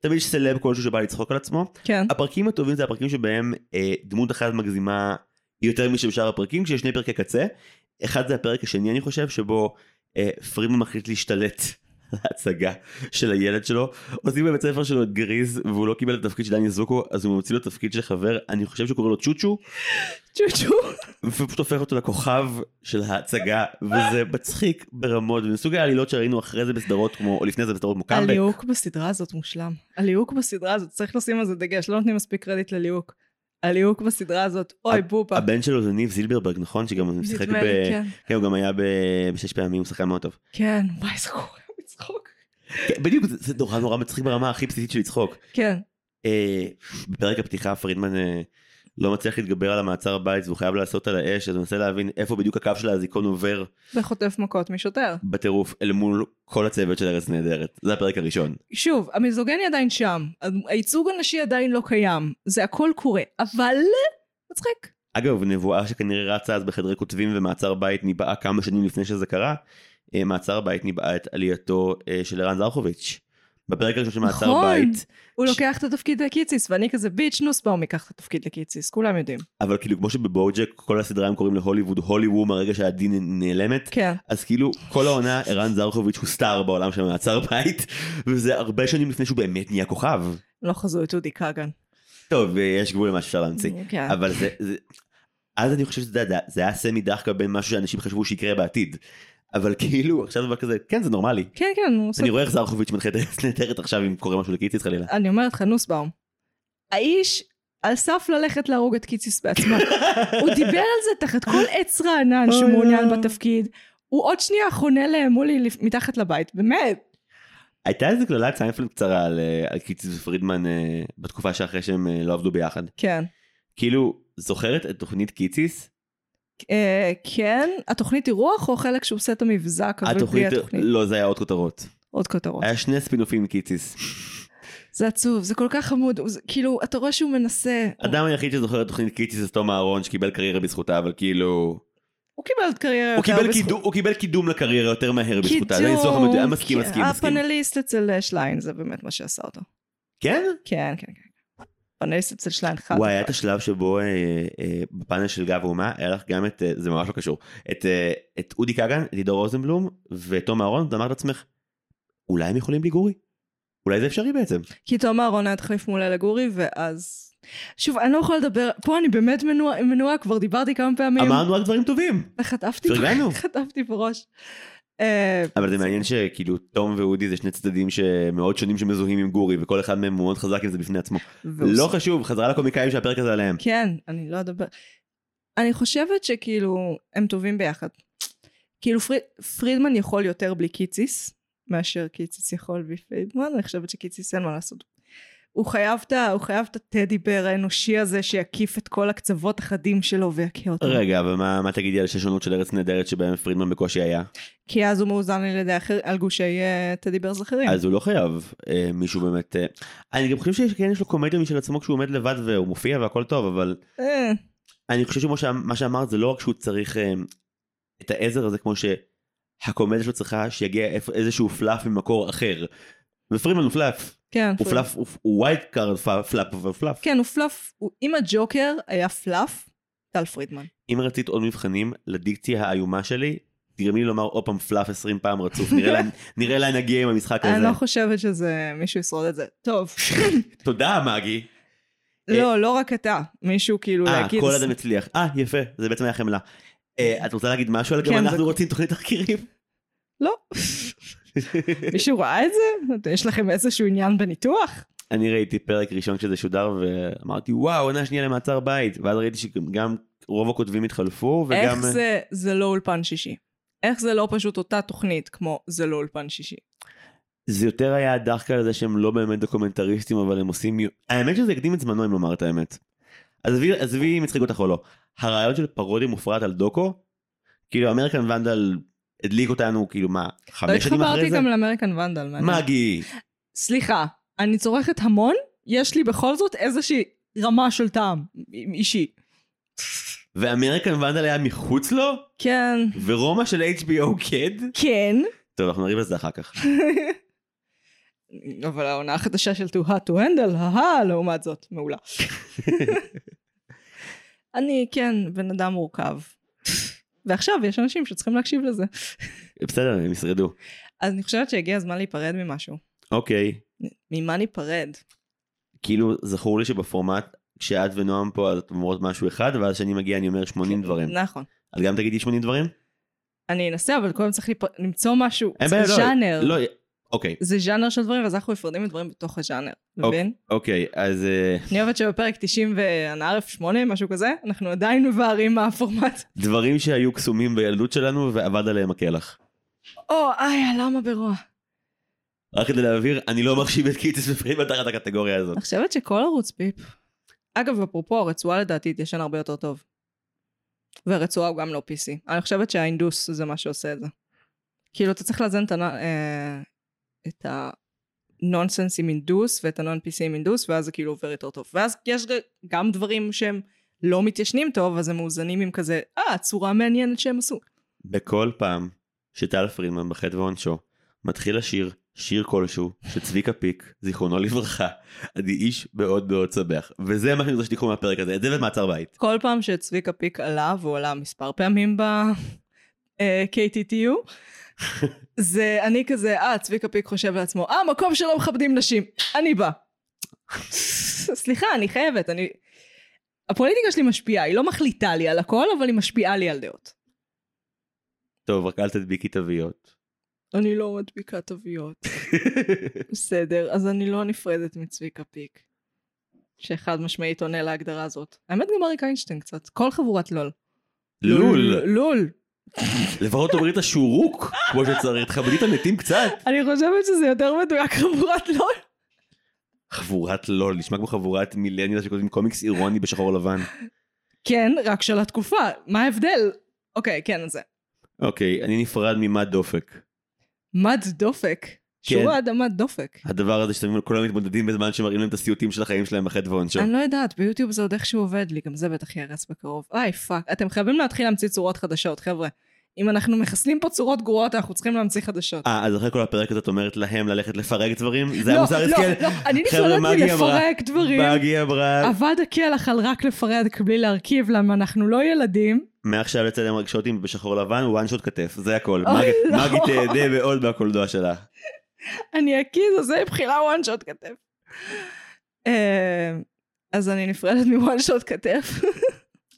תמיד יש סלב כלשהו שבא לצחוק על עצמו. כן. הפרקים הטובים זה הפרקים שבהם אה, דמות אחת מגזימה יותר משאר הפרקים, כשיש שני פרקי קצה. אחד זה הפרק השני אני חושב, שבו אה, פרידמן מחליט להשתלט על ההצגה של הילד שלו. עושים בבית ספר שלו את גריז, והוא לא קיבל את התפקיד של דני זוקו, אז הוא ממציא לו תפקיד של חבר, אני חושב שהוא קורא לו צ'וצ'ו, צ'וצ'ו. ופשוט הופך אותו לכוכב של ההצגה, וזה מצחיק ברמות, ומסוג העלילות שראינו אחרי זה בסדרות כמו, או לפני זה בסדרות כמו קאמבק. הליהוק בסדרה הזאת מושלם. הליהוק בסדרה הזאת, צריך לשים על זה דגש, לא נותנים מספיק קרדיט לליהוק. הליהוק בסדרה הזאת, אוי בובה. הבן שלו זה ניב זילברברג, נכון? שגם משחק נדמה לי, ב... כן. כן, הוא גם היה ב- בשש פעמים, הוא שחקן מאוד טוב. כן, וואי, זה קורה מצחוק. כן, בדיוק, זה- זה נורא נורא מצחיק ברמה הכי בסיסית של לצחוק. כן, אה, בפרק הפתיחה פרידמן אה, לא מצליח להתגבר על המעצר בית והוא חייב לעשות על האש, אז הוא מנסה להבין איפה בדיוק הקו של האזיקון עובר וחוטף מכות משוטר. בטירוף אל מול כל הצוות של ארץ נהדרת. זה הפרק הראשון. שוב, המיזוגני עדיין שם, הייצוג הנשי עדיין לא קיים, זה הכל קורה, אבל מצחיק. אגב, נבואה שכנראה רצה אז בחדרי כותבים ומעצר בית ניבאה כמה שנים לפני שזה קרה, אה, מעצר בית ניבאה את עלייתו אה, של ערן זרחוביץ'. בפרק הראשון של מעצר נכון. בית, הוא ש- לוקח את התפקיד לקיציס, ואני כזה ביץ' נוסבאום ייקח את התפקיד לקיציס, כולם יודעים. אבל כאילו כמו שבבוג'ק כל הסדרה הם קוראים להוליווד הוליוו מהרגע שהדין נעלמת, כן. אז כאילו כל העונה ערן זרחוביץ' הוא סטאר בעולם של מעצר בית, וזה הרבה שנים לפני שהוא באמת נהיה כוכב. לא חזו את אודי כגן. טוב, אה, יש גבול למה שאפשר להמציא. כן. אבל זה, זה... אז אני חושב שזה זה- זה היה סמי דחקה בין משהו שאנשים חשבו שיקרה בעתיד. אבל כאילו עכשיו זה דבר כזה, כן זה נורמלי. כן, כן, הוא עושה אני רואה איך זרחוביץ' מתחיל את נהדרת עכשיו אם קורה משהו לקיציס חלילה. אני אומרת לך, נוסבאום. האיש על סף ללכת להרוג את קיציס בעצמו. הוא דיבר על זה תחת כל עץ רענן אוי, שמעוניין לא. בתפקיד. הוא עוד שנייה חונה למולי לפ- מתחת לבית, באמת. הייתה איזה קללת סיינפלד קצרה על, אה, על קיציס ופרידמן אה, בתקופה שאחרי שהם אה, לא עבדו ביחד. כן. כאילו, זוכרת את תוכנית קיציס? אה, כן, התוכנית היא רוח או חלק שהוא עושה את המבזק, אבל בלי התוכנית, התוכנית? לא, אה. זה היה עוד כותרות. עוד כותרות. היה שני ספינופים עם קיציס. זה עצוב, זה כל כך חמוד, הוא- זה- כאילו, אתה רואה שהוא מנסה. הוא- אדם היחיד שזוכר את תוכנית קיציס זה תום אהרון שקיבל קריירה בזכותה, אבל כאילו... הוא קיבל את קריירה הוא יותר קיבל, בזכות- קידום, הוא קיבל קידום לקריירה יותר מהר בזכותה, זה ניסוח קידום, מדויק, אני מסכים, כן, מסכים, מסכים. הפאנליסט אצל אה, שליין, זה באמת מה שעשה אותו. כן? כן, כן, כן. פאנליסט אצל שליין חד. וואי, היה את השלב שבו אה, אה, בפאנל של גב אומה, היה לך גם את, אה, זה ממש לא קשור, את, אה, את אודי כגן, את לידור רוזנבלום ותום אהרון, ואמרת לעצמך, אולי הם יכולים בלי גורי? אולי זה אפשרי בעצם. כי תומר אהרון היה תחליף מול אלה גורי, ואז... שוב, אני לא יכולה לדבר, פה אני באמת מנוע, מנוע כבר דיברתי כמה פעמים. אמרנו רק דברים טובים. וחטפתי, פרגנו. חטפתי בראש. אה, אבל זה מעניין שכאילו תום ואודי זה שני צדדים שמאוד שונים שמזוהים עם גורי וכל אחד מהם הוא מאוד חזק עם זה בפני עצמו. והוא לא חשוב, חזרה לקומיקאים שהפרק הזה עליהם. כן, אני לא אדבר. אני חושבת שכאילו, הם טובים ביחד. כאילו פריד, פרידמן יכול יותר בלי קיציס, מאשר קיציס יכול בלי פרידמן, אני חושבת שקיציס אין מה לעשות. הוא חייב את ה- הוא חייב את הטדי בר האנושי הזה שיקיף את כל הקצוות החדים שלו ויכה אותו. רגע, אבל מה מה תגידי על שש עונות של ארץ נהדרת שבהם פרידמן בקושי היה? כי אז הוא מאוזן על ידי אחר, על גושי אה, טדי ברז אחרים. אז הוא לא חייב אה, מישהו באמת... אה, אני גם חושב שכן יש לו קומדיה משל עצמו כשהוא עומד לבד והוא מופיע והכל טוב, אבל אה, אני חושב שמה שאמ- מה שאמרת זה לא רק שהוא צריך אה, את העזר הזה כמו שהקומדיה שלו צריכה שיגיע איפ- איזשהו פלאף ממקור אחר. ופרימן הוא פלאף, כן. הוא פלאף, הוא- הוא ווייד קארד פלאף, אבל פלאף. כן, הוא פלאף. הוא- אם הג'וקר היה פלאף, טל פרידמן. אם רצית עוד מבחנים לדיקציה האיומה שלי, תגרמי לי לומר עוד פעם פלאף 20 פעם רצוף, נראה לאן- נראה לאן נגיע עם המשחק אני הזה. לא חושבת שזה, מישהו ישרוד את זה. טוב. אה. תודה מגי. לא, לא רק אתה. מישהו כאילו אה, להגיד... כל אדם הצליח. אה, יפה, זה בעצם היה חמלה. אה, את רוצה להגיד משהו על גם כן, זה- אנחנו רוצים תוכנית תחקירים? לא. מישהו ראה את זה? יש לכם איזשהו עניין בניתוח? אני ראיתי פרק ראשון כשזה שודר ואמרתי וואו עונה שנייה למעצר בית ואז ראיתי שגם רוב הכותבים התחלפו וגם אה, איך זה, זה לא אולפן שישי? איך זה לא פשוט אותה תוכנית כמו זה לא אולפן שישי? זה יותר היה דחקה על זה שהם לא באמת דוקומנטריסטים אבל הם עושים מיו- האמת שזה הקדים את זמנו אם לומר את האמת. עזבי עזבי אם הצחיק אותך או לא הרעיון של פרודיה מופרעת על דוקו כאילו אמריקן ונדל הדליק אותנו כאילו מה לא חמש שנים התחברתי אחרי זה גם לאמריקן ונדל. מעניין. מגי סליחה, אני צורכת המון, יש לי בכל זאת איזושהי רמה של טעם אישי. ואמריקן ונדל היה מחוץ לו כן. ורומא של HBO קד כן. טוב אנחנו נריב על זה אחר כך אבל העונה החדשה של To Hot to Handle, הא לעומת זאת, מעולה. אני, כן, בן אדם מורכב. ועכשיו יש אנשים שצריכים להקשיב לזה. בסדר הם ישרדו אז אני חושבת שהגיע הזמן להיפרד ממשהו. אוקיי. ממה ניפרד? כאילו זכור לי שבפורמט כשאת ונועם פה אז את אומרות משהו אחד ואז כשאני מגיע אני אומר 80 דברים. נכון. את גם תגידי 80 דברים? אני אנסה, אבל קודם צריך לפ- למצוא משהו. אין זה בעיה, לא. ז'אנר. לא, אוקיי, זה ז'אנר של דברים, ואז אנחנו מפרדים את דברים בתוך הז'אנר. אוקיי. מבין? אוקיי, אז אה, אני אוהבת שבפרק 90 וענערף 8, משהו כזה, אנחנו עדיין מבארים מה הפורמט. דברים שהיו קסומים בילדות שלנו ועבד עליהם הקלח. או, איי, למה ברוע? רק כדי להבהיר, אני לא מחשיב את קיציס ופרידמן תחת הקטגוריה הזאת. אני חושבת שכל ערוץ פיפ. אגב, אפרופו, הרצועה לדעתי התיישן הרבה יותר טוב. והרצועה הוא גם לא PC. אני חושבת שהאינדוס זה מה שעושה את זה. כאילו, אתה צריך לאזן את הנ- אה, את הנונסנס עם אינדוס ואת הנון PC עם אינדוס, ואז זה כאילו עובר יותר טוב. ואז יש ג- גם דברים שהם לא מתיישנים טוב, אז הם מאוזנים עם כזה, אה, צורה מעניינת שהם עשו. בכל פעם שטל פרידמן בחטא ועונשו מתחיל לשיר שיר כלשהו שצביקה פיק, זיכרונו לברכה, אני איש מאוד מאוד שמח. וזה מה שאני רוצה שתיקחו מהפרק הזה, את זה ואת מעצר בית. כל פעם שצביקה פיק עלה, והוא עלה מספר פעמים אה, ב-KTTU, זה אני כזה, אה, צביקה פיק חושב לעצמו, אה, מקום שלא מכבדים נשים, אני בא. סליחה, אני חייבת, אני... הפוליטיקה שלי משפיעה, היא לא מחליטה לי על הכל, אבל היא משפיעה לי על דעות. טוב, רק אל תדביקי תוויות. אני לא מדביקה תוויות. בסדר, אז אני לא נפרדת מצביקה פיק. שחד משמעית עונה להגדרה הזאת. האמת גם אריק איינשטיין קצת, כל חבורת לול. לול, לול. לפחות תאמרי את השורוק כמו שצריך, תכבדי את המתים קצת. אני חושבת שזה יותר מדויק חבורת לול. חבורת לול, נשמע כמו חבורת מילניאל שכותבים קומיקס אירוני בשחור לבן. כן, רק של התקופה, מה ההבדל? אוקיי, כן, אז זה. אוקיי, אני נפרד ממד דופק. מד דופק. כן. שורה עד המד דופק. הדבר הזה שאתם כולם מתמודדים בזמן שמראים להם את הסיוטים של החיים שלהם בחטא ועונשו. אני לא יודעת, ביוטיוב זה עוד איכשהו עובד לי, גם זה בטח ייהרס בקרוב. איי, פאק. אתם חייבים להתחיל להמציא צורות חדשות, חבר'ה. אם אנחנו מחסלים פה צורות גרועות, אנחנו צריכים להמציא חדשות. אה, אז אחרי כל הפרק הזה את אומרת להם ללכת לפרק דברים? זה לא, היה מוסר לא, הסכם? לא, אני חבר'ה, נפרדת מגי אמרה- מלפרק דברים. באגי אמרה, אבד הקלח על רק לפרק בלי להרכיב, למה אנחנו לא ילדים. מעכשיו לצד להם רק שוטים בשחור לבן, וואן שוט כתף, זה הכל. אוי, מגי- לא. מגי תהדה מאוד מהקולנוע שלה. אני אקיז, אז זה בחירה וואן שוט כתף. אה, אז אני נפרדת מוואן שוט כתף.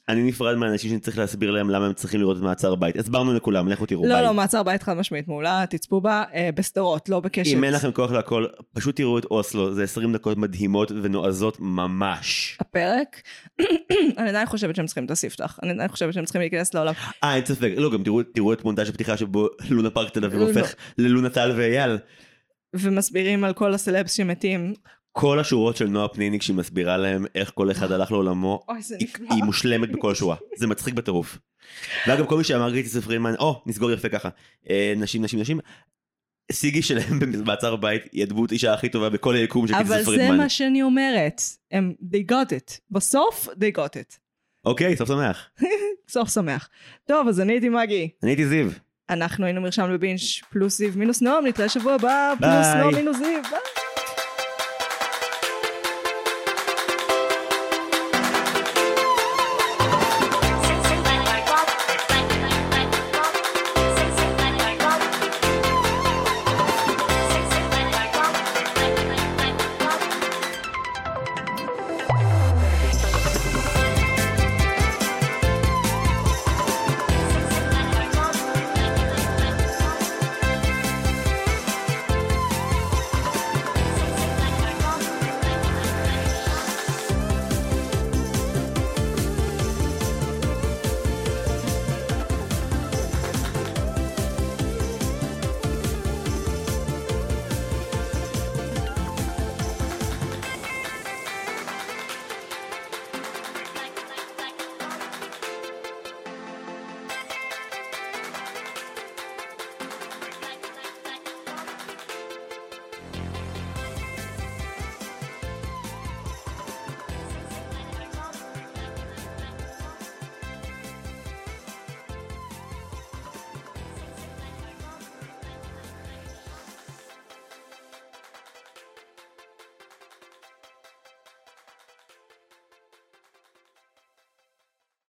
אני נפרד מהאנשים שאני צריך להסביר להם למה הם צריכים לראות את מעצר בית. הסברנו לכולם, לכו תראו לא, ביי. לא, מעצר בית חד משמעית מעולה, תצפו בה, אה, בסדרות, לא בקשת. אם אין לכם כוח להכל, פשוט תראו את אוסלו, זה 20 דקות מדהימות ונועזות ממש. הפרק, אני עדיין חושבת שהם צריכים את הספתח, אני עדיין חושבת שהם צריכים להיכנס לעולם. אה, אין ספק, לא, גם תראו, תראו את מונטאז' הפתיחה שבו לונה פארק תל אביב לא, הופך ללונה טל ואייל. ומסבירים על כל הסלבס שמתים. כל השורות של נועה פניני כשהיא מסבירה להם איך כל אחד הלך לעולמו, אוי, זה היא, נפלא. היא מושלמת בכל שורה, זה מצחיק בטירוף. ואגב, כל מי שאמר גריטיס פרידמן, או, נסגור יפה ככה, אה, נשים, נשים, נשים, סיגי שלהם במעצר בית, ידבו את האישה הכי טובה בכל היקום של אבל גריטיס זה פרידמן. מה שאני אומרת, הם, they got it. בסוף, they got it. אוקיי, סוף שמח. סוף שמח. טוב, אז אני הייתי מגי. אני הייתי זיו. אנחנו היינו מרשם לבינש פלוס זיו מינוס נועם, נתראה שבוע הבא, פלוס ביי. נועם מינוס זיו, ביי.